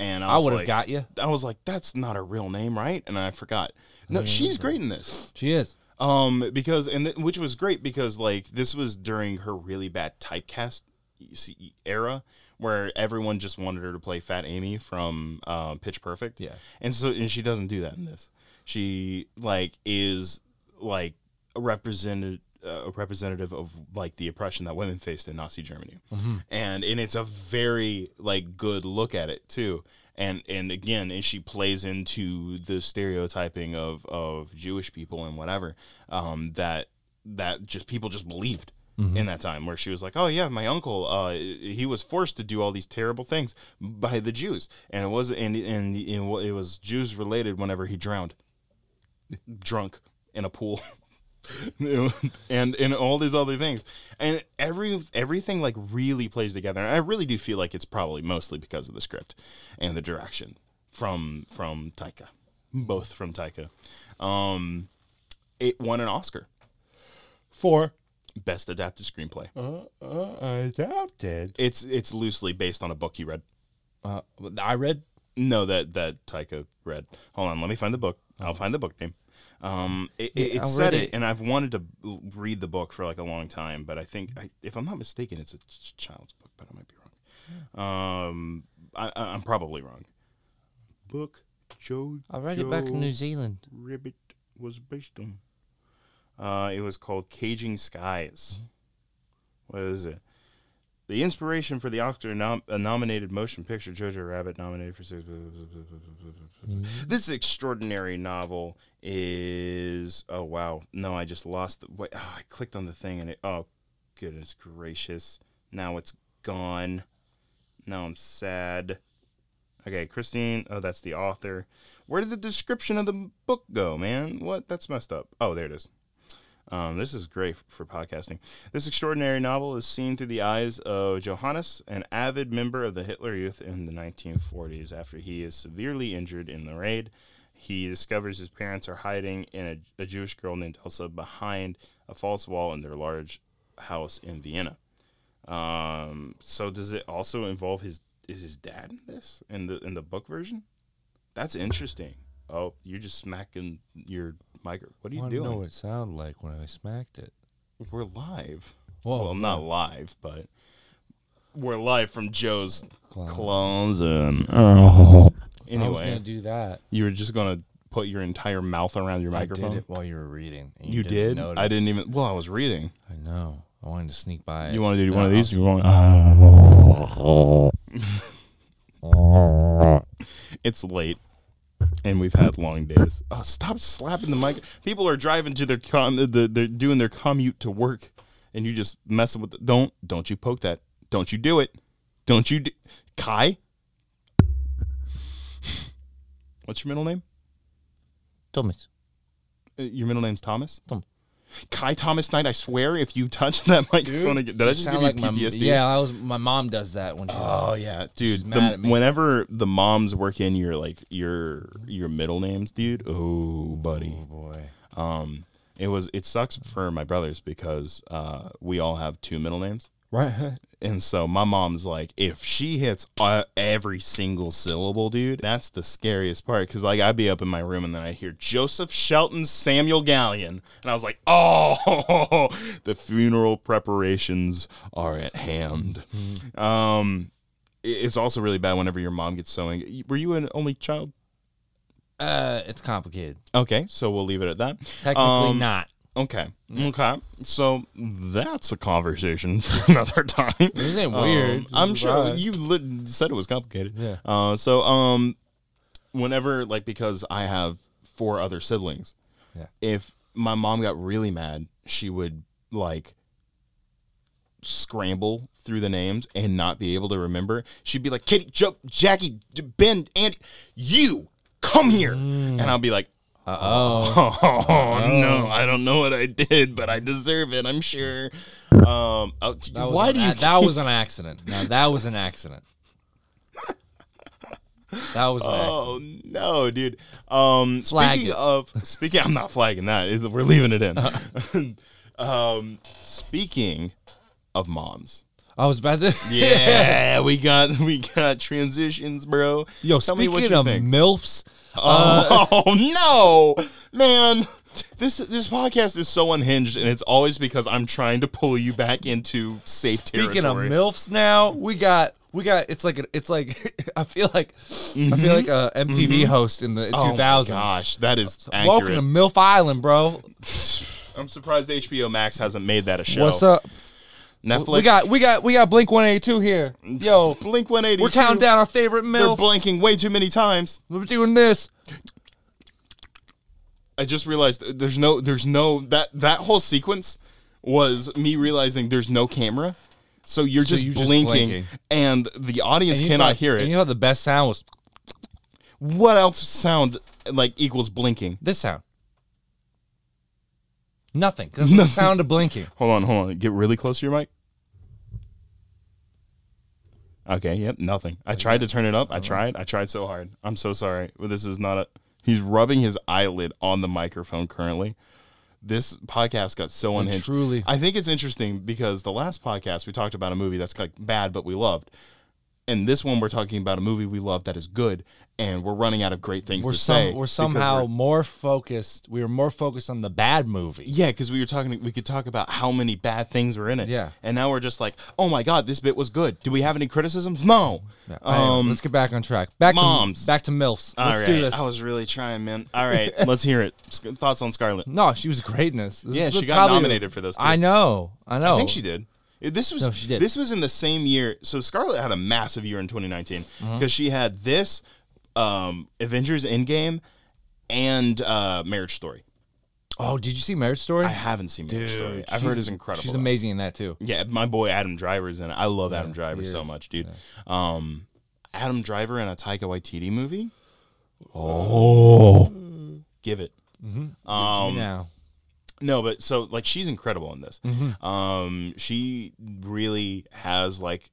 Speaker 1: and I,
Speaker 3: I
Speaker 1: was
Speaker 3: would have
Speaker 1: like,
Speaker 3: got you.
Speaker 1: I was like, that's not a real name, right? And I forgot. No, she's great in this.
Speaker 3: She is.
Speaker 1: Um, because and th- which was great because like this was during her really bad typecast you see, era where everyone just wanted her to play Fat Amy from uh, Pitch Perfect.
Speaker 3: Yeah.
Speaker 1: and so and she doesn't do that in this. She like is like a represented. Uh, a representative of like the oppression that women faced in Nazi Germany, and and it's a very like good look at it too, and and again, and she plays into the stereotyping of of Jewish people and whatever um, that that just people just believed in that time where she was like, "Oh yeah, my uncle, uh, he was forced to do all these terrible things by the Jews, and it was and and, and it was Jews related whenever he drowned, drunk in a pool." [laughs] and and all these other things and every everything like really plays together and i really do feel like it's probably mostly because of the script and the direction from from taika both from taika um it won an oscar
Speaker 3: Four.
Speaker 1: best adapted screenplay
Speaker 3: Uh, uh, adopted.
Speaker 1: It's it's loosely based on a book you read.
Speaker 3: Uh, I read.
Speaker 1: No, that that Tycho read. Hold on, let me find the book. I'll find the book name. Um, it, it,
Speaker 3: Yeah,
Speaker 1: it
Speaker 3: I
Speaker 1: said
Speaker 3: read
Speaker 1: it,
Speaker 3: it.
Speaker 1: and I've wanted to l- read the book for like a long time, but I think, I, if I'm not mistaken, it's a ch- child's book, but I might be wrong. Um, I, I- I'm probably wrong. Book Joe.
Speaker 2: I read it back in New Zealand.
Speaker 1: Ribbit was based on. Uh, it was called Caging Skies. What is it? The inspiration for the Oscar nom- uh, nominated motion picture Jojo Rabbit nominated for six. This extraordinary novel is oh wow no I just lost the wait ah, I clicked on the thing and it oh goodness gracious now it's gone now I'm sad okay Christine oh that's the author where did the description of the book go, man? What? That's messed up. Oh, there it is. Um, this is great for podcasting. This extraordinary novel is seen through the eyes of Johannes, an avid member of the Hitler Youth in the 1940s. After he is severely injured in the raid, he discovers his parents are hiding in a, a Jewish girl named Elsa behind a false wall in their large house in Vienna. Um, so does it also involve his is his dad in this in the in the book version? That's interesting. Oh, you're just smacking your micro. What are you
Speaker 3: I
Speaker 1: doing?
Speaker 3: know what it sounded like when I smacked it.
Speaker 1: We're live.
Speaker 3: Whoa,
Speaker 1: well, not live, but we're live from Joe's
Speaker 3: Closet.
Speaker 1: closet.
Speaker 3: Oh.
Speaker 1: [laughs]
Speaker 3: I was gonna
Speaker 1: Anyway,
Speaker 3: do that.
Speaker 1: you were just gonna put your entire mouth around your microphone.
Speaker 3: I did it while you were reading. and
Speaker 1: You
Speaker 3: didn't
Speaker 1: did. I
Speaker 3: notice.
Speaker 1: didn't even. Well, I was reading.
Speaker 3: I know. I wanted to sneak by.
Speaker 1: You
Speaker 3: it.
Speaker 1: want to do
Speaker 3: No,
Speaker 1: one of
Speaker 3: I'll
Speaker 1: these? You
Speaker 3: [laughs]
Speaker 1: want? it's late, and we've had long days. Oh, stop slapping the mic! People are driving to their com. The, they're doing their commute to work, and you just messing with. The, don't don't you poke that? Don't you do it? Don't you, do, Kai? What's your middle name?
Speaker 2: Thomas.
Speaker 1: Uh, Your middle name's Thomas.
Speaker 2: Tom.
Speaker 1: Kai Thomas Knight. I swear, if you touch [laughs] that microphone again, did I just
Speaker 3: Sound
Speaker 1: give you
Speaker 3: like my-
Speaker 1: PTSD?
Speaker 3: yeah, I was. My mom does that when she.
Speaker 1: Oh yeah, dude.
Speaker 3: She's
Speaker 1: the-
Speaker 3: mad at me.
Speaker 1: Whenever the moms work in your like your your middle names, dude. Oh, buddy.
Speaker 3: Oh boy.
Speaker 1: Um, it was it sucks for my brothers because uh we all have two middle names,
Speaker 3: Right. [laughs]
Speaker 1: and so my mom's like, if she hits uh, every single syllable, dude, that's the scariest part. Cause like I'd be up in my room and then I hear Joseph Shelton Samuel Gallion, and I was like, oh, [laughs] the funeral preparations are at hand.
Speaker 3: Mm-hmm.
Speaker 1: Um, i- it's also really bad whenever your mom gets so angry. Were you an only child?
Speaker 3: Uh, it's complicated.
Speaker 1: Okay, so we'll leave it at that.
Speaker 3: Technically
Speaker 1: Um,
Speaker 3: not.
Speaker 1: Okay. Okay. So that's a conversation [laughs] for another time.
Speaker 3: Isn't
Speaker 1: Um,
Speaker 3: it weird? This
Speaker 1: I'm
Speaker 3: is
Speaker 1: sure
Speaker 3: odd.
Speaker 1: you lit- said it was complicated.
Speaker 3: Yeah.
Speaker 1: Uh, so um, whenever like because I have four other siblings,
Speaker 3: Yeah.
Speaker 1: if my mom got really mad, she would like scramble through the names and not be able to remember. She'd be like, "Kitty, Joe, Jackie, J- Ben, and you come here,"
Speaker 3: Mm.
Speaker 1: and I'll be like,
Speaker 3: Oh.
Speaker 1: Oh, no, I don't know what I did, but I deserve it. I'm sure. Um, oh, d-
Speaker 3: That was
Speaker 1: why
Speaker 3: an
Speaker 1: do
Speaker 3: a-
Speaker 1: you?
Speaker 3: That was an accident. Now that was an accident. That was an
Speaker 1: Oh no, dude. Um,
Speaker 3: Flag
Speaker 1: speaking
Speaker 3: it.
Speaker 1: of speaking, I'm not flagging that. Is- We're leaving it
Speaker 3: Uh-huh.
Speaker 1: in. [laughs] um, speaking of moms,
Speaker 3: accident. I was about to.
Speaker 1: yeah, [laughs] we got we got transitions, bro.
Speaker 3: [laughs] Yo,
Speaker 1: Tell me
Speaker 3: speaking
Speaker 1: what you
Speaker 3: of
Speaker 1: think.
Speaker 3: milfs, uh,
Speaker 1: [laughs] oh no, man. This this podcast is so unhinged, and it's always because I'm trying to pull you back into safe
Speaker 3: speaking
Speaker 1: territory.
Speaker 3: of milfs, now we got we got. It's like a, it's like [laughs] I feel like I feel like a MTV host in the
Speaker 1: Mm-hmm. Oh my
Speaker 3: 2000s.
Speaker 1: gosh, that is
Speaker 3: Welcome
Speaker 1: accurate.
Speaker 3: to Milf Island, bro.
Speaker 1: I'm surprised HBO Max hasn't made that a show.
Speaker 3: What's up?
Speaker 1: Netflix.
Speaker 3: We got we got we got Blink 182 here.
Speaker 1: [laughs]
Speaker 3: Yo,
Speaker 1: Blink 182.
Speaker 3: we're counting down our favorite
Speaker 1: They're
Speaker 3: milfs.
Speaker 1: blinking way too many times.
Speaker 3: We're doing this.
Speaker 1: I just realized th- there's no there's no that that whole sequence was me realizing there's no camera. So you're
Speaker 3: So
Speaker 1: just,
Speaker 3: you just
Speaker 1: blinking,
Speaker 3: blinking.
Speaker 1: and the audience
Speaker 3: And you
Speaker 1: cannot
Speaker 3: thought-
Speaker 1: hear it.
Speaker 3: And you know the best sound was
Speaker 1: what else sound like equals blinking?
Speaker 3: this sound. Nothing. 'cause That's the sound of blinking.
Speaker 1: Hold on, hold on. Get really close to your mic. Okay, yep, nothing. I tried to turn it up. I tried. I tried so hard. I'm so sorry. Well, This is not a He's rubbing his eyelid on the microphone currently. This podcast got so unhinged.
Speaker 3: truly.
Speaker 1: I think it's interesting because the last podcast we talked about a movie that's like bad but we loved. And this one we're talking about a movie we love that is good and we're running out of great things
Speaker 3: We're
Speaker 1: to
Speaker 3: some
Speaker 1: say.
Speaker 3: we're
Speaker 1: because
Speaker 3: somehow more focused. We were more focused on the bad movie.
Speaker 1: Yeah, because we were talking. We could talk about how many bad things were in it.
Speaker 3: Yeah.
Speaker 1: and now we're just like, oh my god, this bit was good. Do we have any criticisms? No.
Speaker 3: Um,
Speaker 1: Um.
Speaker 3: let's get back on track. Back
Speaker 1: moms.
Speaker 3: to back to milfs.
Speaker 1: all
Speaker 3: Let's
Speaker 1: right.
Speaker 3: do this.
Speaker 1: I was really trying, man. All right,
Speaker 3: [laughs]
Speaker 1: let's hear it. Sc- Thoughts on Scarlett?
Speaker 3: no, she was great in this. This
Speaker 1: Yeah,
Speaker 3: is the-
Speaker 1: she got
Speaker 3: probably-
Speaker 1: nominated for those. Two.
Speaker 3: I know. I know.
Speaker 1: I think she did. It- This was
Speaker 3: No, she did.
Speaker 1: this was in the same year. So Scarlett had a massive year in 2019 because
Speaker 3: Mm-hmm.
Speaker 1: she had this, um, Avengers Endgame, and uh, Marriage Story.
Speaker 3: Oh, did you see Marriage Story?
Speaker 1: I haven't seen Marriage Story. I've
Speaker 3: she's-
Speaker 1: heard it's incredible.
Speaker 3: She's
Speaker 1: though.
Speaker 3: amazing in that too.
Speaker 1: Yeah, my boy Adam Driver's in it. I love Adam Driver
Speaker 3: he
Speaker 1: so
Speaker 3: is.
Speaker 1: much, dude. Um, Adam Driver in a Taika Waititi movie. Oh, give it.
Speaker 3: Um, now
Speaker 1: No, but so like she's incredible in this.
Speaker 3: Mm-hmm.
Speaker 1: Um, she really has like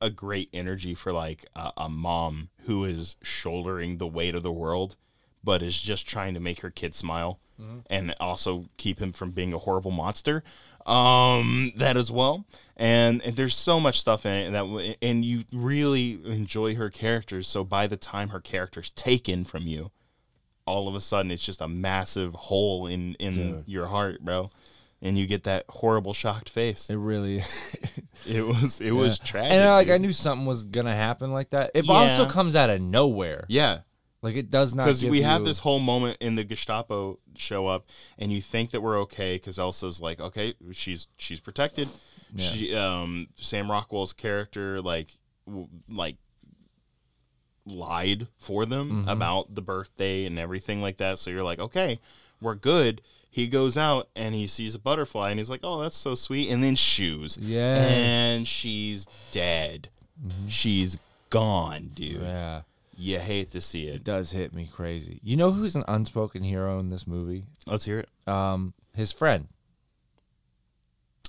Speaker 1: a great energy for like a, a mom who is shouldering the weight of the world, but is just trying to make her kid smile
Speaker 3: Mm-hmm.
Speaker 1: and also keep him from being a horrible monster. Um, that as well, and, and there's so much stuff in it that, w- and you really enjoy her characters. So by the time her character's taken from you, all of a sudden it's just a massive hole in in your heart, bro. And you get that horrible shocked face.
Speaker 3: it really.
Speaker 1: It was it was tragic.
Speaker 3: and I, like I
Speaker 1: dude.
Speaker 3: knew something was gonna happen like that. It
Speaker 1: Yeah.
Speaker 3: also comes out of nowhere.
Speaker 1: yeah,
Speaker 3: Like it does not.
Speaker 1: because
Speaker 3: give
Speaker 1: we have
Speaker 3: you-
Speaker 1: this whole moment in the Gestapo show up, and you think that we're okay because Elsa's like, okay, she's she's protected. She, um, Sam Rockwell's character like w- like lied for them
Speaker 3: Mm-hmm.
Speaker 1: about the birthday and everything like that. So you're like, okay, we're good. He goes out and he sees a butterfly and he's like, oh, that's so sweet. And then shoes.
Speaker 3: Yes. Mm-hmm.
Speaker 1: And she's dead. She's gone, dude.
Speaker 3: Yeah,
Speaker 1: You hate to see it.
Speaker 3: it does hit me crazy. You know who's an unspoken hero in this movie?
Speaker 1: Let's hear it.
Speaker 3: Um, his friend.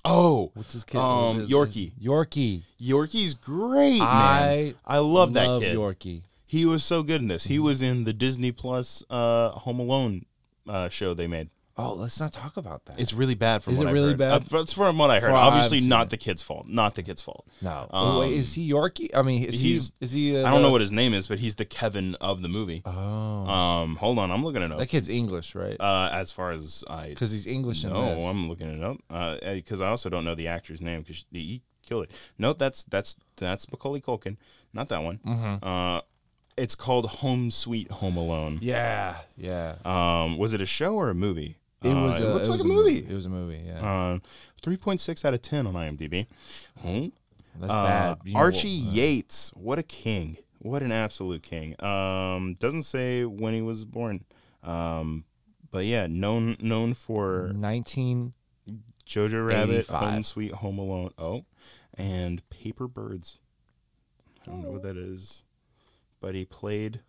Speaker 1: Oh,
Speaker 3: What's his kid?
Speaker 1: Um,
Speaker 3: his-
Speaker 1: Yorkie.
Speaker 3: Yorkie.
Speaker 1: Yorkie's great, man. I,
Speaker 3: I
Speaker 1: love that
Speaker 3: Love Mm-hmm.
Speaker 1: kid.
Speaker 3: Yorkie.
Speaker 1: He was so good in this. He was in the Disney Plus uh, Home Alone uh, show they made.
Speaker 3: Oh, let's not talk about that.
Speaker 1: It's really bad from
Speaker 3: Is
Speaker 1: what
Speaker 3: it
Speaker 1: I've
Speaker 3: really
Speaker 1: heard.
Speaker 3: bad?
Speaker 1: Uh, that's from what I heard.
Speaker 3: From what I've
Speaker 1: Obviously,
Speaker 3: seen
Speaker 1: not
Speaker 3: it.
Speaker 1: the kid's fault. Not the kid's fault.
Speaker 3: no. oh,
Speaker 1: um,
Speaker 3: wait, is he Yorkie? I mean, is he?
Speaker 1: he's-
Speaker 3: Is he? Uh,
Speaker 1: I don't know
Speaker 3: the-
Speaker 1: what his name is, but he's the Kevin of the movie.
Speaker 3: Oh,
Speaker 1: Um, hold on, I'm looking it
Speaker 3: that
Speaker 1: up.
Speaker 3: kid's English, right?
Speaker 1: Uh, as far as I
Speaker 3: Because he's English in
Speaker 1: know,
Speaker 3: this.
Speaker 1: Oh, I'm looking it up. Because I also don't know the actor's name because he killed it. No, that's that's that's Macaulay Culkin. Not that one.
Speaker 3: Mm-hmm.
Speaker 1: Uh, it's called Home Sweet Home Alone.
Speaker 3: yeah, yeah.
Speaker 1: Um, was it a show or a movie?
Speaker 3: It
Speaker 1: Uh,
Speaker 3: was.
Speaker 1: it
Speaker 3: a,
Speaker 1: looks like
Speaker 3: was
Speaker 1: a movie.
Speaker 3: It was a movie. Yeah,
Speaker 1: Uh, 3.6 out of 10 on IMDb. Hmm.
Speaker 3: that's
Speaker 1: Uh,
Speaker 3: bad. You know
Speaker 1: Archie
Speaker 3: what-
Speaker 1: Yates. What a king. What an absolute king. Um, doesn't say when he was born. Um, but yeah, known known for
Speaker 3: Nineteen.
Speaker 1: Jojo Rabbit,
Speaker 3: 85.
Speaker 1: Home Sweet Home Alone. Oh, and Paper Birds. I don't know what that is, but he played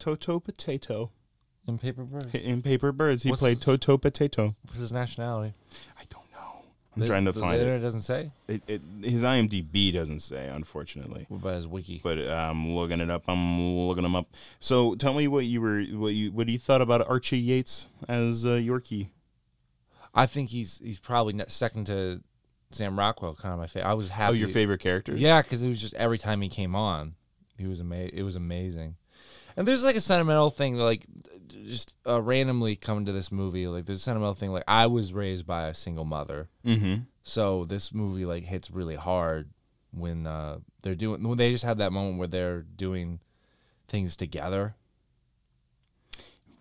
Speaker 1: Toto Potato [laughs]
Speaker 3: In paper bird.
Speaker 1: in Paper Birds. He
Speaker 3: What's-
Speaker 1: played Toto Potato.
Speaker 3: What's his nationality?
Speaker 1: I don't know. I'm trying to
Speaker 3: the,
Speaker 1: find
Speaker 3: the
Speaker 1: it.
Speaker 3: internet doesn't say
Speaker 1: It, it. His IMDb doesn't say, unfortunately.
Speaker 3: what about his wiki.
Speaker 1: But I'm looking it up. I'm looking him up. So tell me what you were, what you, what you thought about Archie Yates as uh, Yorkie.
Speaker 3: I think he's he's probably ne- second to Sam Rockwell, kind of my favorite. I was happy.
Speaker 1: Oh, your favorite character?
Speaker 3: Yeah, because it was just every time he came on, he was ama- It was amazing. And there's like a sentimental thing, like d- just uh, randomly coming to this movie. Like there's a sentimental thing. Like I was raised by a single mother,
Speaker 1: Mm-hmm.
Speaker 3: so this movie like hits really hard when uh, they're doing. When they just have that moment where they're doing things together.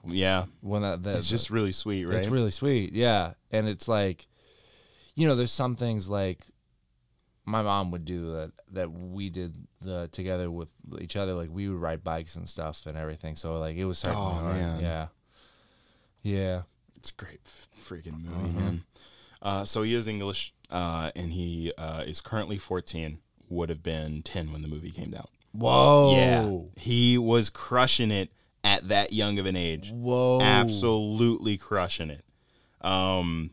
Speaker 1: Yeah.
Speaker 3: When that, that
Speaker 1: It's just really sweet, right?
Speaker 3: It's really sweet, yeah. And it's like, you know, there's some things like my mom would do that that we did the, together with each other. Like we would ride bikes and stuff and everything. So like it was certainly
Speaker 1: Oh,
Speaker 3: hard.
Speaker 1: man.
Speaker 3: yeah, yeah.
Speaker 1: It's a great f- freaking movie,
Speaker 3: Uh-huh.
Speaker 1: man. Uh, so he is English, uh, and he uh, is currently 14. Would have been 10 when the movie came out.
Speaker 3: Whoa,
Speaker 1: Yeah, he was crushing it at that young of an age.
Speaker 3: whoa,
Speaker 1: Absolutely crushing it. Um,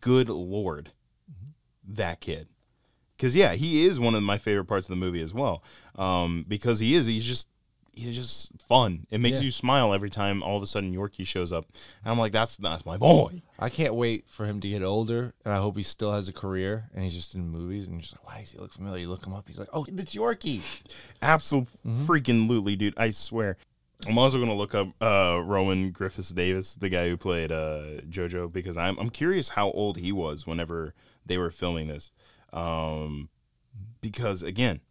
Speaker 1: good lord,
Speaker 3: Mm-hmm.
Speaker 1: that kid. Because yeah, he is one of my favorite parts of the movie as well. Um, because he is, he's just. He's just fun. It makes
Speaker 3: Yeah.
Speaker 1: you smile every time all of a sudden Yorkie shows up. And I'm like, that's that's my boy.
Speaker 3: I can't wait for him to get older, and I hope he still has a career and he's just in movies. And you're just like, why does he look familiar? You look him up, he's like, oh, it's Yorkie.
Speaker 1: Absolutely,
Speaker 3: Mm-hmm.
Speaker 1: lutely, dude. I swear. I'm also gonna look up uh, Rowan Griffiths Davis, the guy who played uh, JoJo, because I'm I'm curious how old he was whenever they were filming this, um, because again,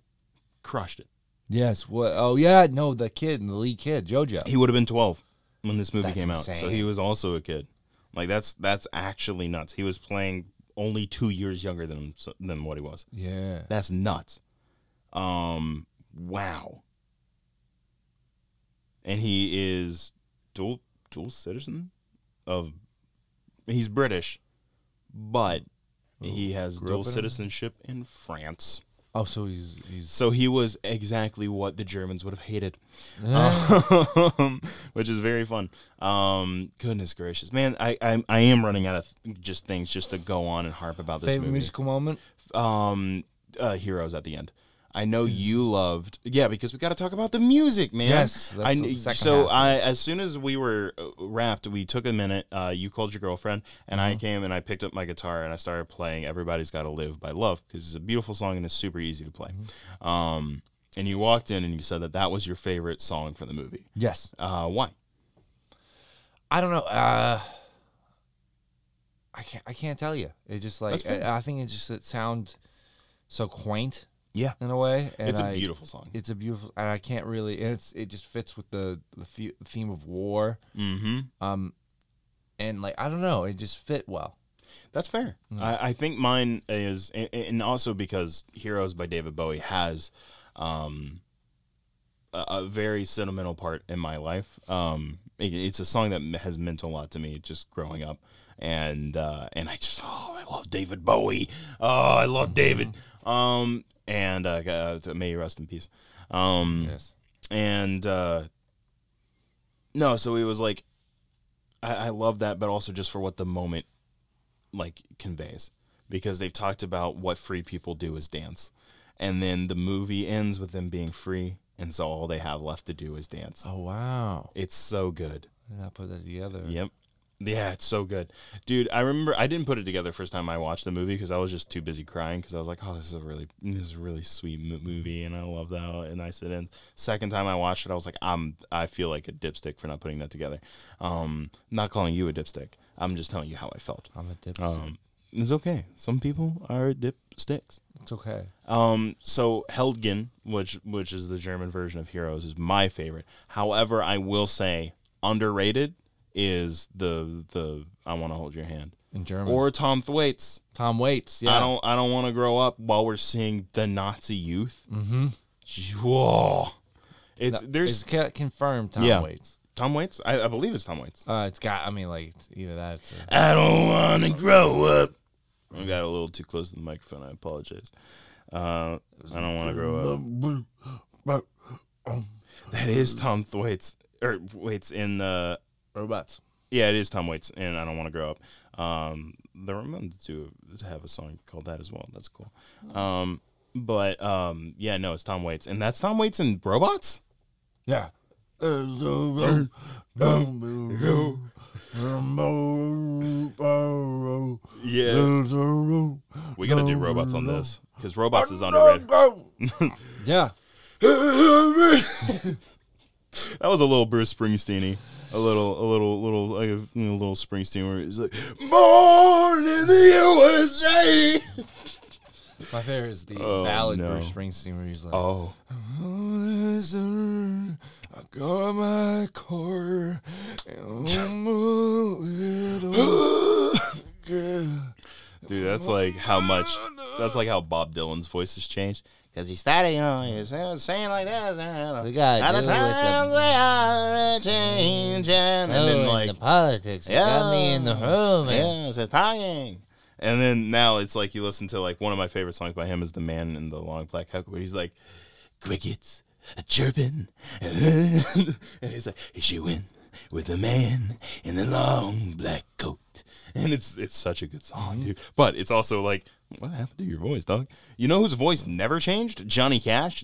Speaker 1: crushed it.
Speaker 3: Yes. What? Oh, yeah. No, the kid, the lead kid, JoJo.
Speaker 1: He would have been 12 when this movie
Speaker 3: That's
Speaker 1: came out, so
Speaker 3: insane.
Speaker 1: he was also a kid. Like that's that's actually nuts. He was playing only two years younger than him, than what he was.
Speaker 3: yeah.
Speaker 1: That's nuts. Um, wow. And he is dual dual citizen of he's British, but he has
Speaker 3: grew
Speaker 1: dual
Speaker 3: up in-
Speaker 1: citizenship in France.
Speaker 3: Oh, so he's he's
Speaker 1: So he was exactly what the Germans would have hated,
Speaker 3: Ah.
Speaker 1: um, [laughs] which is very fun. Um, goodness gracious, man! I, I I am running out of th- just things just to go on and harp about this
Speaker 3: favorite
Speaker 1: movie
Speaker 3: musical moment.
Speaker 1: um uh heroes at the end i know
Speaker 3: Hmm.
Speaker 1: you loved yeah because we got to talk about the music man
Speaker 3: Yes, that's
Speaker 1: I,
Speaker 3: the
Speaker 1: kn-
Speaker 3: second
Speaker 1: so
Speaker 3: half of
Speaker 1: i as soon as we were uh, wrapped we took a minute uh you called your girlfriend and
Speaker 3: Mm-hmm.
Speaker 1: i came and i picked up my guitar and i started playing everybody's gotta live by love because it's a beautiful song and it's super easy to play
Speaker 3: Mm-hmm.
Speaker 1: um and you walked in and you said that that was your favorite song from the movie
Speaker 3: Yes,
Speaker 1: uh why
Speaker 3: I don't know. Uh, I can't. I can't tell you. It just
Speaker 1: That's
Speaker 3: like
Speaker 1: fair.
Speaker 3: I, I think it just it sounds so quaint
Speaker 1: yeah
Speaker 3: in a way. And
Speaker 1: it's a
Speaker 3: I-
Speaker 1: beautiful song
Speaker 3: It's a beautiful, and I can't really. And it's it just fits with the the fe- theme of war.
Speaker 1: mm-hmm
Speaker 3: Um, and like I don't know, it just fit well.
Speaker 1: That's fair. I, I think mine is, and, and also because Heroes by David Bowie has um, a, a very sentimental part in my life. Um, it- it's a song that has meant a lot to me just growing up, and uh, and I just oh I love David Bowie. Oh, I love David. Um, and uh, God, may you rest in peace. Um,
Speaker 3: Yes.
Speaker 1: and uh no so it was like I, I love that but also just for what the moment like conveys because they've talked about what free people do is dance and then the movie ends with them being free and so all they have left to do is dance
Speaker 3: Oh wow!
Speaker 1: it's so good
Speaker 3: And I put that together.
Speaker 1: Yep. Yeah, it's so good. Dude, I remember I didn't put it together first time I watched the movie because I was just too busy crying because I was like, oh, this is a really this is a really sweet mo- movie and I love that how nice it ends. Second time I watched it, I was like, I'm I feel like a dipstick for not putting that together. Um, not calling you a dipstick. I'm just telling you how I felt.
Speaker 3: I'm a dipstick.
Speaker 1: Um, it's okay. Some people are dipsticks.
Speaker 3: it's okay.
Speaker 1: Um, so Helgen, which which is the German version of Heroes, is my favorite. However, I will say underrated is the the I want to hold your hand
Speaker 3: In German.
Speaker 1: or Tom Thwaites.
Speaker 3: Tom Waits. Yeah.
Speaker 1: I don't I don't want to grow up while we're seeing the Nazi youth.
Speaker 3: Mhm.
Speaker 1: Whoa, it's
Speaker 3: No,
Speaker 1: there's
Speaker 3: it's ca- confirmed Tom
Speaker 1: Yeah.
Speaker 3: Waits.
Speaker 1: Tom Waits. I, I believe it's Tom Waits.
Speaker 3: Uh, it's got. I mean, like it's either that. It's a,
Speaker 1: I don't want to grow up. I got a little too close to the microphone. I apologize. Uh, I don't want to grow up. That is Tom Thwaites. Or Waits in uh, the.
Speaker 3: robots.
Speaker 1: Yeah, it is Tom Waits, and I don't want to grow up. Um, the Ramones do have a song called that as well. That's cool. Um, but um, yeah, no, it's Tom Waits, and that's Tom Waits and Robots.
Speaker 3: Yeah.
Speaker 1: Yeah, we gotta do Robots on this because Robots is underrated.
Speaker 3: Yeah.
Speaker 1: That was a little Bruce Springsteen-y. A little, a little, little, like a you know, little Springsteen where he's like, "Born in the USA."
Speaker 3: My favorite is the
Speaker 1: Oh,
Speaker 3: ballad
Speaker 1: no.
Speaker 3: Bruce Springsteen where he's like,
Speaker 1: Oh,
Speaker 3: Listen, I got my car and I'm a little girl."
Speaker 1: dude, that's like how much. That's like how Bob Dylan's voice has changed because he started, you know, he was saying like this.
Speaker 2: We gotta
Speaker 1: By the
Speaker 2: do it with the-
Speaker 1: time they are changing, and then like
Speaker 2: Oh, politics,
Speaker 1: It got me in the Yeah.
Speaker 2: room.
Speaker 1: Yeah, it's Italian. And then now it's like you listen to like one of my favorite songs by him is "The Man in the Long Black Coat," where he's like, "Crickets a chirping," [laughs] and he's like, "She went with the man in the long black coat," and it's it's such a good song,
Speaker 3: Mm-hmm.
Speaker 1: dude. But it's also like, what happened to your voice, dog? You know whose voice never changed? Johnny Cash.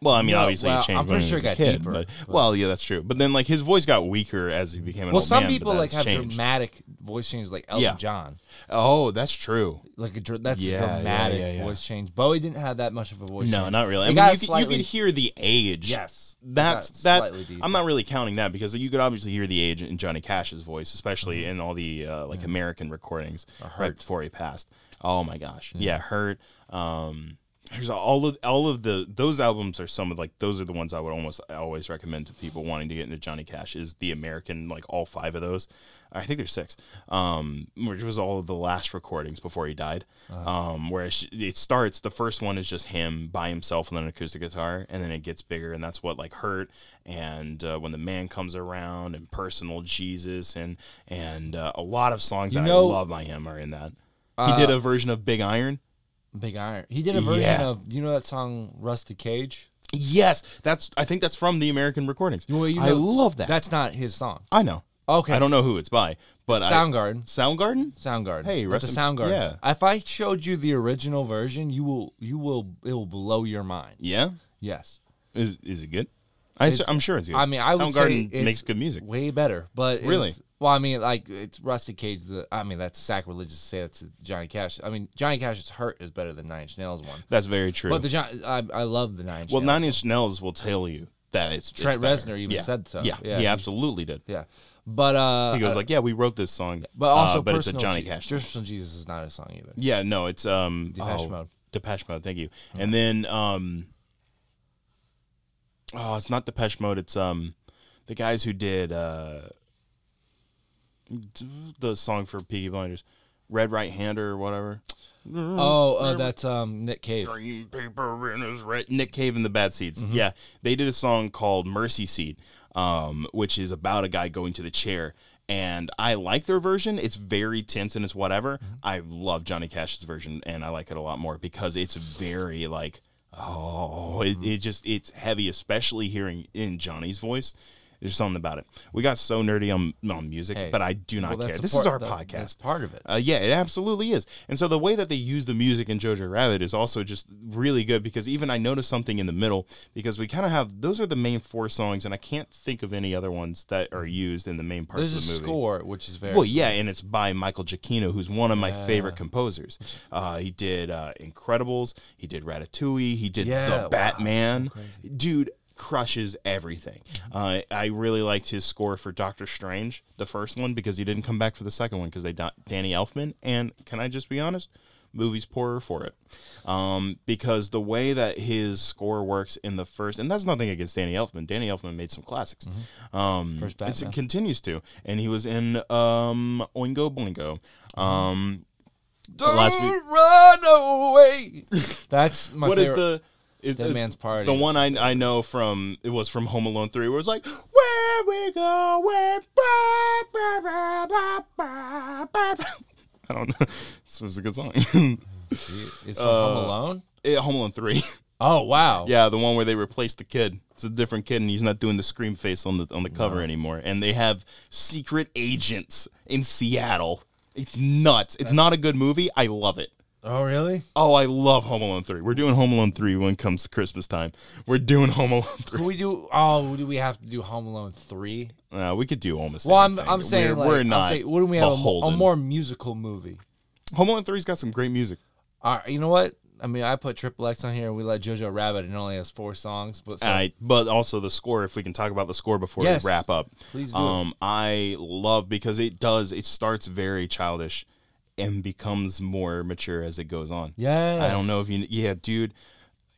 Speaker 1: Well, I mean,
Speaker 3: No,
Speaker 1: obviously
Speaker 3: well,
Speaker 1: he changed.
Speaker 3: I'm
Speaker 1: when
Speaker 3: pretty
Speaker 1: he
Speaker 3: sure
Speaker 1: was
Speaker 3: it
Speaker 1: a
Speaker 3: got
Speaker 1: kid,
Speaker 3: deeper,
Speaker 1: but-
Speaker 3: but-
Speaker 1: well, yeah, that's true. But then like his voice got weaker as he became an
Speaker 3: Well,
Speaker 1: old
Speaker 3: some
Speaker 1: man, but
Speaker 3: people like have
Speaker 1: that's changed.
Speaker 3: dramatic voice changes, like Elton
Speaker 1: Yeah.
Speaker 3: John.
Speaker 1: Oh, that's true.
Speaker 3: Like a, dr- that's
Speaker 1: Yeah,
Speaker 3: a
Speaker 1: yeah,
Speaker 3: dramatic
Speaker 1: yeah, yeah.
Speaker 3: voice change. Bowie didn't have that much of a voice.
Speaker 1: No,
Speaker 3: change.
Speaker 1: not really.
Speaker 3: It
Speaker 1: I mean,
Speaker 3: got
Speaker 1: you, could, you
Speaker 3: slightly-
Speaker 1: could hear the age.
Speaker 3: Yes, it
Speaker 1: That's
Speaker 3: got
Speaker 1: that's.
Speaker 3: slightly deeper.
Speaker 1: I'm not really counting that because you could obviously hear the age in Johnny Cash's voice, especially
Speaker 3: Mm-hmm.
Speaker 1: in all the uh, like American recordings right before he passed. Oh my gosh, yeah, hurt. Um, there's all of all of the those albums are some of like those are the ones I would almost always recommend to people wanting to get into Johnny Cash is the American like all five of those. I think there's six, um, which was all of the last recordings before he died.
Speaker 3: Uh-huh.
Speaker 1: Um, where it, sh- it starts, the first one is just him by himself with an acoustic guitar, and then it gets bigger, and that's what like hurt, and uh, when the man comes around, and personal Jesus, and and uh, a lot of songs
Speaker 3: You
Speaker 1: that
Speaker 3: know- Uh,
Speaker 1: I love by him are in that. He did a version of Big Iron.
Speaker 3: Big Iron. He did a version
Speaker 1: Yeah.
Speaker 3: of you know that song Rusty Cage.
Speaker 1: Yes, that's I think that's from the American recordings.
Speaker 3: Well, you
Speaker 1: I
Speaker 3: know-
Speaker 1: love that.
Speaker 3: That's not his song.
Speaker 1: I know.
Speaker 3: Okay.
Speaker 1: I don't know who it's by, but I,
Speaker 3: Soundgarden.
Speaker 1: Soundgarden.
Speaker 3: Soundgarden.
Speaker 1: Hey,
Speaker 3: that's
Speaker 1: rest
Speaker 3: a
Speaker 1: in-
Speaker 3: Soundgarden.
Speaker 1: yeah.
Speaker 3: song. If I showed you the original version, you will you will it will blow your mind.
Speaker 1: Yeah,
Speaker 3: Yes.
Speaker 1: is is it good? I,
Speaker 3: It's-
Speaker 1: am sure it's good.
Speaker 3: I mean, I would say
Speaker 1: Soundgarden
Speaker 3: it's
Speaker 1: makes good music.
Speaker 3: Way better, but it's-
Speaker 1: Really?
Speaker 3: well, I mean, like it's Rusty Cage. The I mean, that's sacrilegious to say that's Johnny Cash. I mean, Johnny Cash's "Hurt" is better than Nine Inch Nails one.
Speaker 1: That's very true.
Speaker 3: But the John, I, I love the Nine Inch.
Speaker 1: well,
Speaker 3: Nails.
Speaker 1: Nine Inch Nails will tell you that it's it's
Speaker 3: Trent
Speaker 1: better.
Speaker 3: Reznor even
Speaker 1: Yeah.
Speaker 3: said so.
Speaker 1: Yeah,
Speaker 3: Yeah.
Speaker 1: he absolutely did.
Speaker 3: yeah, but uh,
Speaker 1: He goes
Speaker 3: uh,
Speaker 1: like, "Yeah, we wrote this song,
Speaker 3: but also,
Speaker 1: uh, but it's a
Speaker 3: Personal
Speaker 1: Johnny
Speaker 3: Je-
Speaker 1: Cash." song." Mm,
Speaker 3: Personal Jesus is not a song either.
Speaker 1: Yeah, no, it's um
Speaker 3: Depeche
Speaker 1: oh,
Speaker 3: Mode.
Speaker 1: Depeche Mode, thank you. And then um Oh, it's not Depeche Mode, it's um the guys who did uh d- the song for Peaky Blinders, Red Right Hander or whatever.
Speaker 3: Oh, uh, that's um Nick Cave. Mm-hmm.
Speaker 1: Green paper in his red. Nick Cave and the Bad Seeds. Yeah, they did a song called Mercy Seed, um, which is about a guy going to the chair. And I like their version. It's very tense and it's whatever.
Speaker 3: Mm-hmm.
Speaker 1: I love Johnny Cash's version, and I like it a lot more because it's very like, oh,
Speaker 3: Mm-hmm.
Speaker 1: it, it just it's heavy, especially hearing in Johnny's voice. There's something about it. We got so nerdy on, on music,
Speaker 3: Hey,
Speaker 1: but I do not
Speaker 3: Well,
Speaker 1: care.
Speaker 3: that's a
Speaker 1: This
Speaker 3: part-
Speaker 1: is our
Speaker 3: that-
Speaker 1: podcast.
Speaker 3: That's part of it.
Speaker 1: Uh, yeah, it absolutely is. And so the way that they use the music in Jojo Rabbit is also just really good because even I noticed something in the middle because we kind of have those are the main four songs, and I can't think of any other ones that are used in the main parts
Speaker 3: There's a
Speaker 1: of the movie.
Speaker 3: score which is very
Speaker 1: Well, yeah, and it's by Michael Giacchino, who's one of my favorite composers. Uh, he did uh, Incredibles, he did Ratatouille, he did
Speaker 3: Yeah, wow,
Speaker 1: The Batman. Dude crushes everything. Uh, I really liked his score for Doctor Strange, the first one, because he didn't come back for the second one because they got Danny Elfman. And can I just be honest? Movie's poorer for it, um, because the way that his score works in the first, and that's nothing against Danny Elfman. Danny Elfman made some classics. Um,
Speaker 3: Mm-hmm. First
Speaker 1: it's-
Speaker 3: Batman.
Speaker 1: It continues to, and he was in um, Oingo Boingo.
Speaker 3: Mm-hmm.
Speaker 1: Um,
Speaker 3: Don't
Speaker 1: last beat-
Speaker 3: run away. That's my
Speaker 1: what is
Speaker 3: favorite.
Speaker 1: the is
Speaker 3: Dead
Speaker 1: is
Speaker 3: Man's Party
Speaker 1: The
Speaker 3: is
Speaker 1: one I, I know from it was from Home Alone three, where it's like where we go, where ba, ba, ba, ba, ba, ba, [laughs] ba." I don't know. [laughs] This was a good song. [laughs]
Speaker 3: Is from Home Alone?
Speaker 1: Eh, Home Alone three, [laughs]
Speaker 3: Oh wow.
Speaker 1: yeah, the one where they replaced the kid. It's a different kid, and he's not doing the scream face on the on the cover anymore. And they have secret agents in Seattle. It's nuts. It's not a good movie. I love it.
Speaker 3: Oh, really?
Speaker 1: Oh, I love Home Alone 3. We're doing Home Alone 3 when it comes to Christmas time. We're doing Home Alone 3.
Speaker 3: Can we do? Oh, do we have to do Home Alone three?
Speaker 1: Uh, we could do almost
Speaker 3: Well, I'm
Speaker 1: anything.
Speaker 3: I'm saying
Speaker 1: we're,
Speaker 3: like,
Speaker 1: we're
Speaker 3: I'm
Speaker 1: not.
Speaker 3: saying, wouldn't we have a, a
Speaker 1: beholden.
Speaker 3: more musical movie?
Speaker 1: Home Alone 3's got some great music.
Speaker 3: All right, you know what? I mean, I put Triple X on here, and we let JoJo Rabbit, and it only has four songs. But so,
Speaker 1: I, but also the score. If we can talk about the score before
Speaker 3: Yes.
Speaker 1: we wrap up,
Speaker 3: Please do.
Speaker 1: Um, I love because it does. It starts very childish, and becomes more mature as it goes on.
Speaker 3: yeah,
Speaker 1: I don't know if you. Yeah, dude,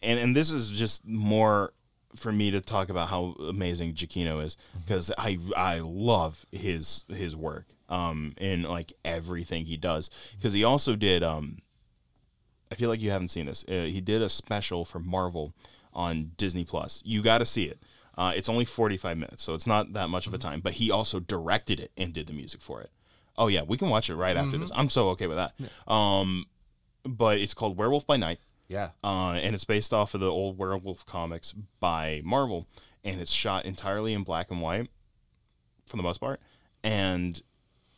Speaker 1: and and this is just more for me to talk about how amazing Giacchino is because I I love his his work um in like everything he does because he also did um I feel like you haven't seen this. Uh, he did a special for Marvel on Disney Plus. You got to see it. Uh, it's only 45 minutes, so it's not that much of a time. But he also directed it and did the music for it. Oh yeah, we can watch it right after this. I'm so okay with that. Um, but it's called Werewolf by Night,
Speaker 3: Yeah,
Speaker 1: uh, and it's based off of the old werewolf comics by Marvel, and it's shot entirely in black and white, for the most part, and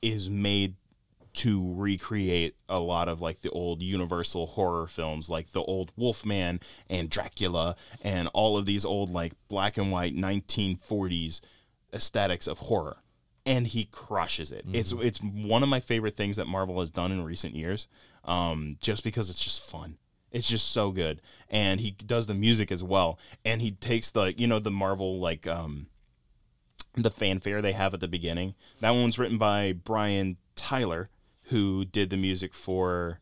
Speaker 1: is made to recreate a lot of like the old Universal horror films, like the old Wolfman and Dracula, and all of these old like black and white 1940s aesthetics of horror. And he crushes it. It's it's one of my favorite things that Marvel has done in recent years, um, just because it's just fun. It's just so good, and he does the music as well. And he takes the you know the Marvel like um, the fanfare they have at the beginning. That one's written by Brian Tyler, who did the music for.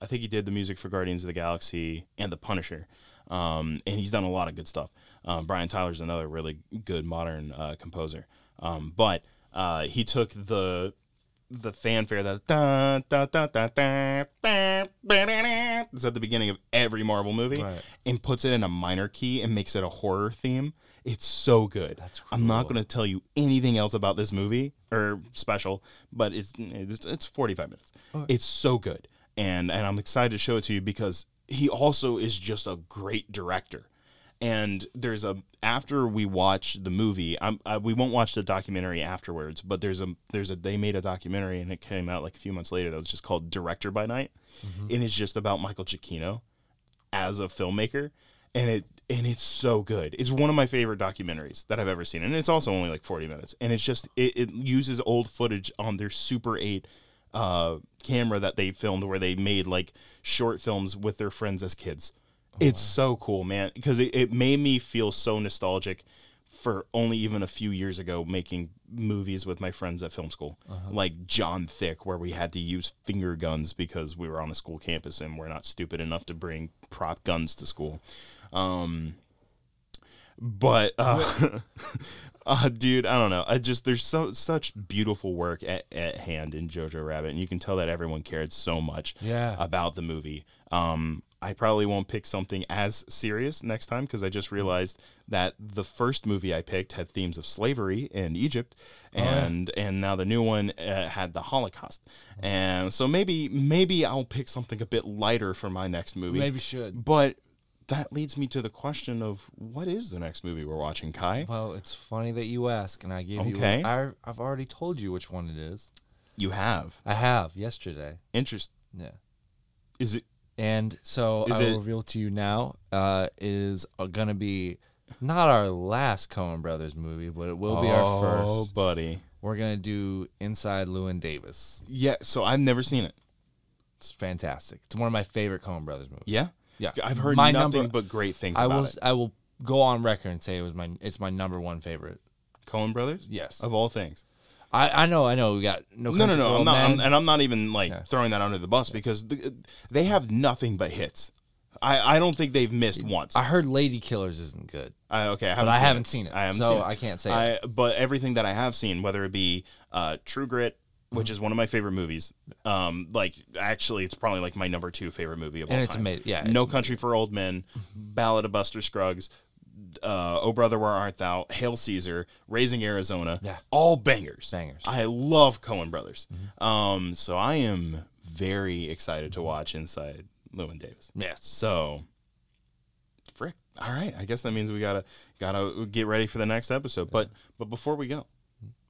Speaker 1: I think he did the music for Guardians of the Galaxy and The Punisher, um, and he's done a lot of good stuff. Um, Brian Tyler's another really good modern uh, composer, um, but uh, he took the the fanfare that da, da, da, da, da, da, ba-da-da, is at the beginning of every Marvel movie
Speaker 3: Right.
Speaker 1: and puts it in a minor key and makes it a horror theme. It's so good.
Speaker 3: That's
Speaker 1: I'm not
Speaker 3: cool.
Speaker 1: going to tell you anything else about this movie or special, but it's it's, it's 45 minutes. It's so good, and and I'm excited to show it to you because he also is just a great director. And there's a after we watch the movie, I'm, I, we won't watch the documentary afterwards. But there's a there's a they made a documentary and it came out like a few months later that was just called Director by Night, and it's just about Michael Giacchino as a filmmaker and it and it's so good it's one of my favorite documentaries that i've ever seen and it's also only like 40 minutes and it's just it, it uses old footage on their super 8 uh, camera that they filmed where they made like short films with their friends as kids it's so cool man because it, it made me feel so nostalgic for only even a few years ago making movies with my friends at film school like john thick where we had to use finger guns because we were on a school campus and we're not stupid enough to bring prop guns to school um but uh, [laughs] uh dude i don't know i just there's so such beautiful work at, at hand in jojo rabbit and you can tell that everyone cared so much
Speaker 3: Yeah.
Speaker 1: about the movie um i probably won't pick something as serious next time because i
Speaker 3: Mm-hmm.
Speaker 1: just realized that the first movie i picked had themes of slavery in egypt
Speaker 3: Oh,
Speaker 1: and and now the new one uh, had the holocaust
Speaker 3: Mm-hmm.
Speaker 1: and so maybe maybe i'll pick something a bit lighter for my next movie
Speaker 3: maybe should.
Speaker 1: but that leads me to the question of what is the next movie we're watching, Kai?
Speaker 3: Well, it's funny that you ask, and I gave you.
Speaker 1: Okay.
Speaker 3: I, I've already told you which one it is.
Speaker 1: You have
Speaker 3: I have yesterday.
Speaker 1: interest.
Speaker 3: Yeah.
Speaker 1: Is it
Speaker 3: And so
Speaker 1: Is
Speaker 3: I
Speaker 1: it-
Speaker 3: will reveal to you now uh, is going to be not our last Coen Brothers movie, but it will be
Speaker 1: Oh.
Speaker 3: our first.
Speaker 1: buddy?
Speaker 3: We're going to do Inside Llewyn Davis.
Speaker 1: Yeah. So I've never seen it.
Speaker 3: It's fantastic. It's one of my favorite Coen Brothers movies.
Speaker 1: Yeah.
Speaker 3: Yeah.
Speaker 1: I've heard
Speaker 3: My
Speaker 1: nothing
Speaker 3: number-
Speaker 1: but great things
Speaker 3: I
Speaker 1: about
Speaker 3: will
Speaker 1: it.
Speaker 3: I will go on record and say it was my it's my number one favorite.
Speaker 1: Cohen Brothers.
Speaker 3: Yes.
Speaker 1: Of all things.
Speaker 3: I, I know I know we got no
Speaker 1: No, no,
Speaker 3: Country for
Speaker 1: no. I'm
Speaker 3: Old
Speaker 1: not, I'm,
Speaker 3: Men.
Speaker 1: and I'm not even like throwing that under the bus because the, they have nothing but hits. I, I don't think they've missed once.
Speaker 3: I heard Lady Killers isn't good.
Speaker 1: I, okay, I haven't,
Speaker 3: I
Speaker 1: seen,
Speaker 3: haven't
Speaker 1: it.
Speaker 3: seen it,
Speaker 1: I haven't
Speaker 3: so
Speaker 1: seen it.
Speaker 3: I can't say
Speaker 1: I, But everything that I have seen, whether it be uh, True Grit, which
Speaker 3: Mm-hmm.
Speaker 1: is one of my favorite movies, um, like actually, it's probably like my number two favorite movie of all
Speaker 3: And it's
Speaker 1: time.
Speaker 3: amazing. Mm-hmm. Yeah.
Speaker 1: no Country for Old Men, Ballad of Buster Scruggs, uh, Oh Brother Where Art Thou, Hail Caesar, Raising Arizona,
Speaker 3: Yeah.
Speaker 1: all bangers.
Speaker 3: Bangers.
Speaker 1: I love Cohen Brothers. Um, so I am very excited to watch Inside Llewyn Davis.
Speaker 3: it's, yes.
Speaker 1: So, frick. All right. I guess that means we gotta gotta get ready for the next episode. But but before we go,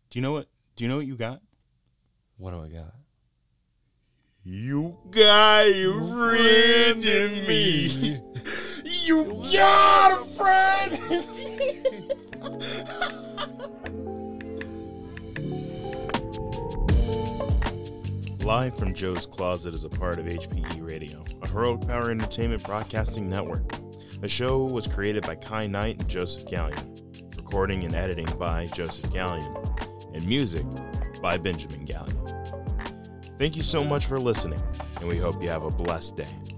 Speaker 1: do you know what? Do you know what you got?
Speaker 3: What do I got?
Speaker 1: You got a friend in me. [laughs] You got a friend in me. [laughs] Live from Joe's Closet is a part of HPE Radio, a Heroic Power Entertainment Broadcasting Network. The show was created by Kai Knight and Joseph Gallion, recording and editing by Joseph Gallion, and music by Benjamin Gallion. Thank you so much for listening, and we hope you have a blessed day.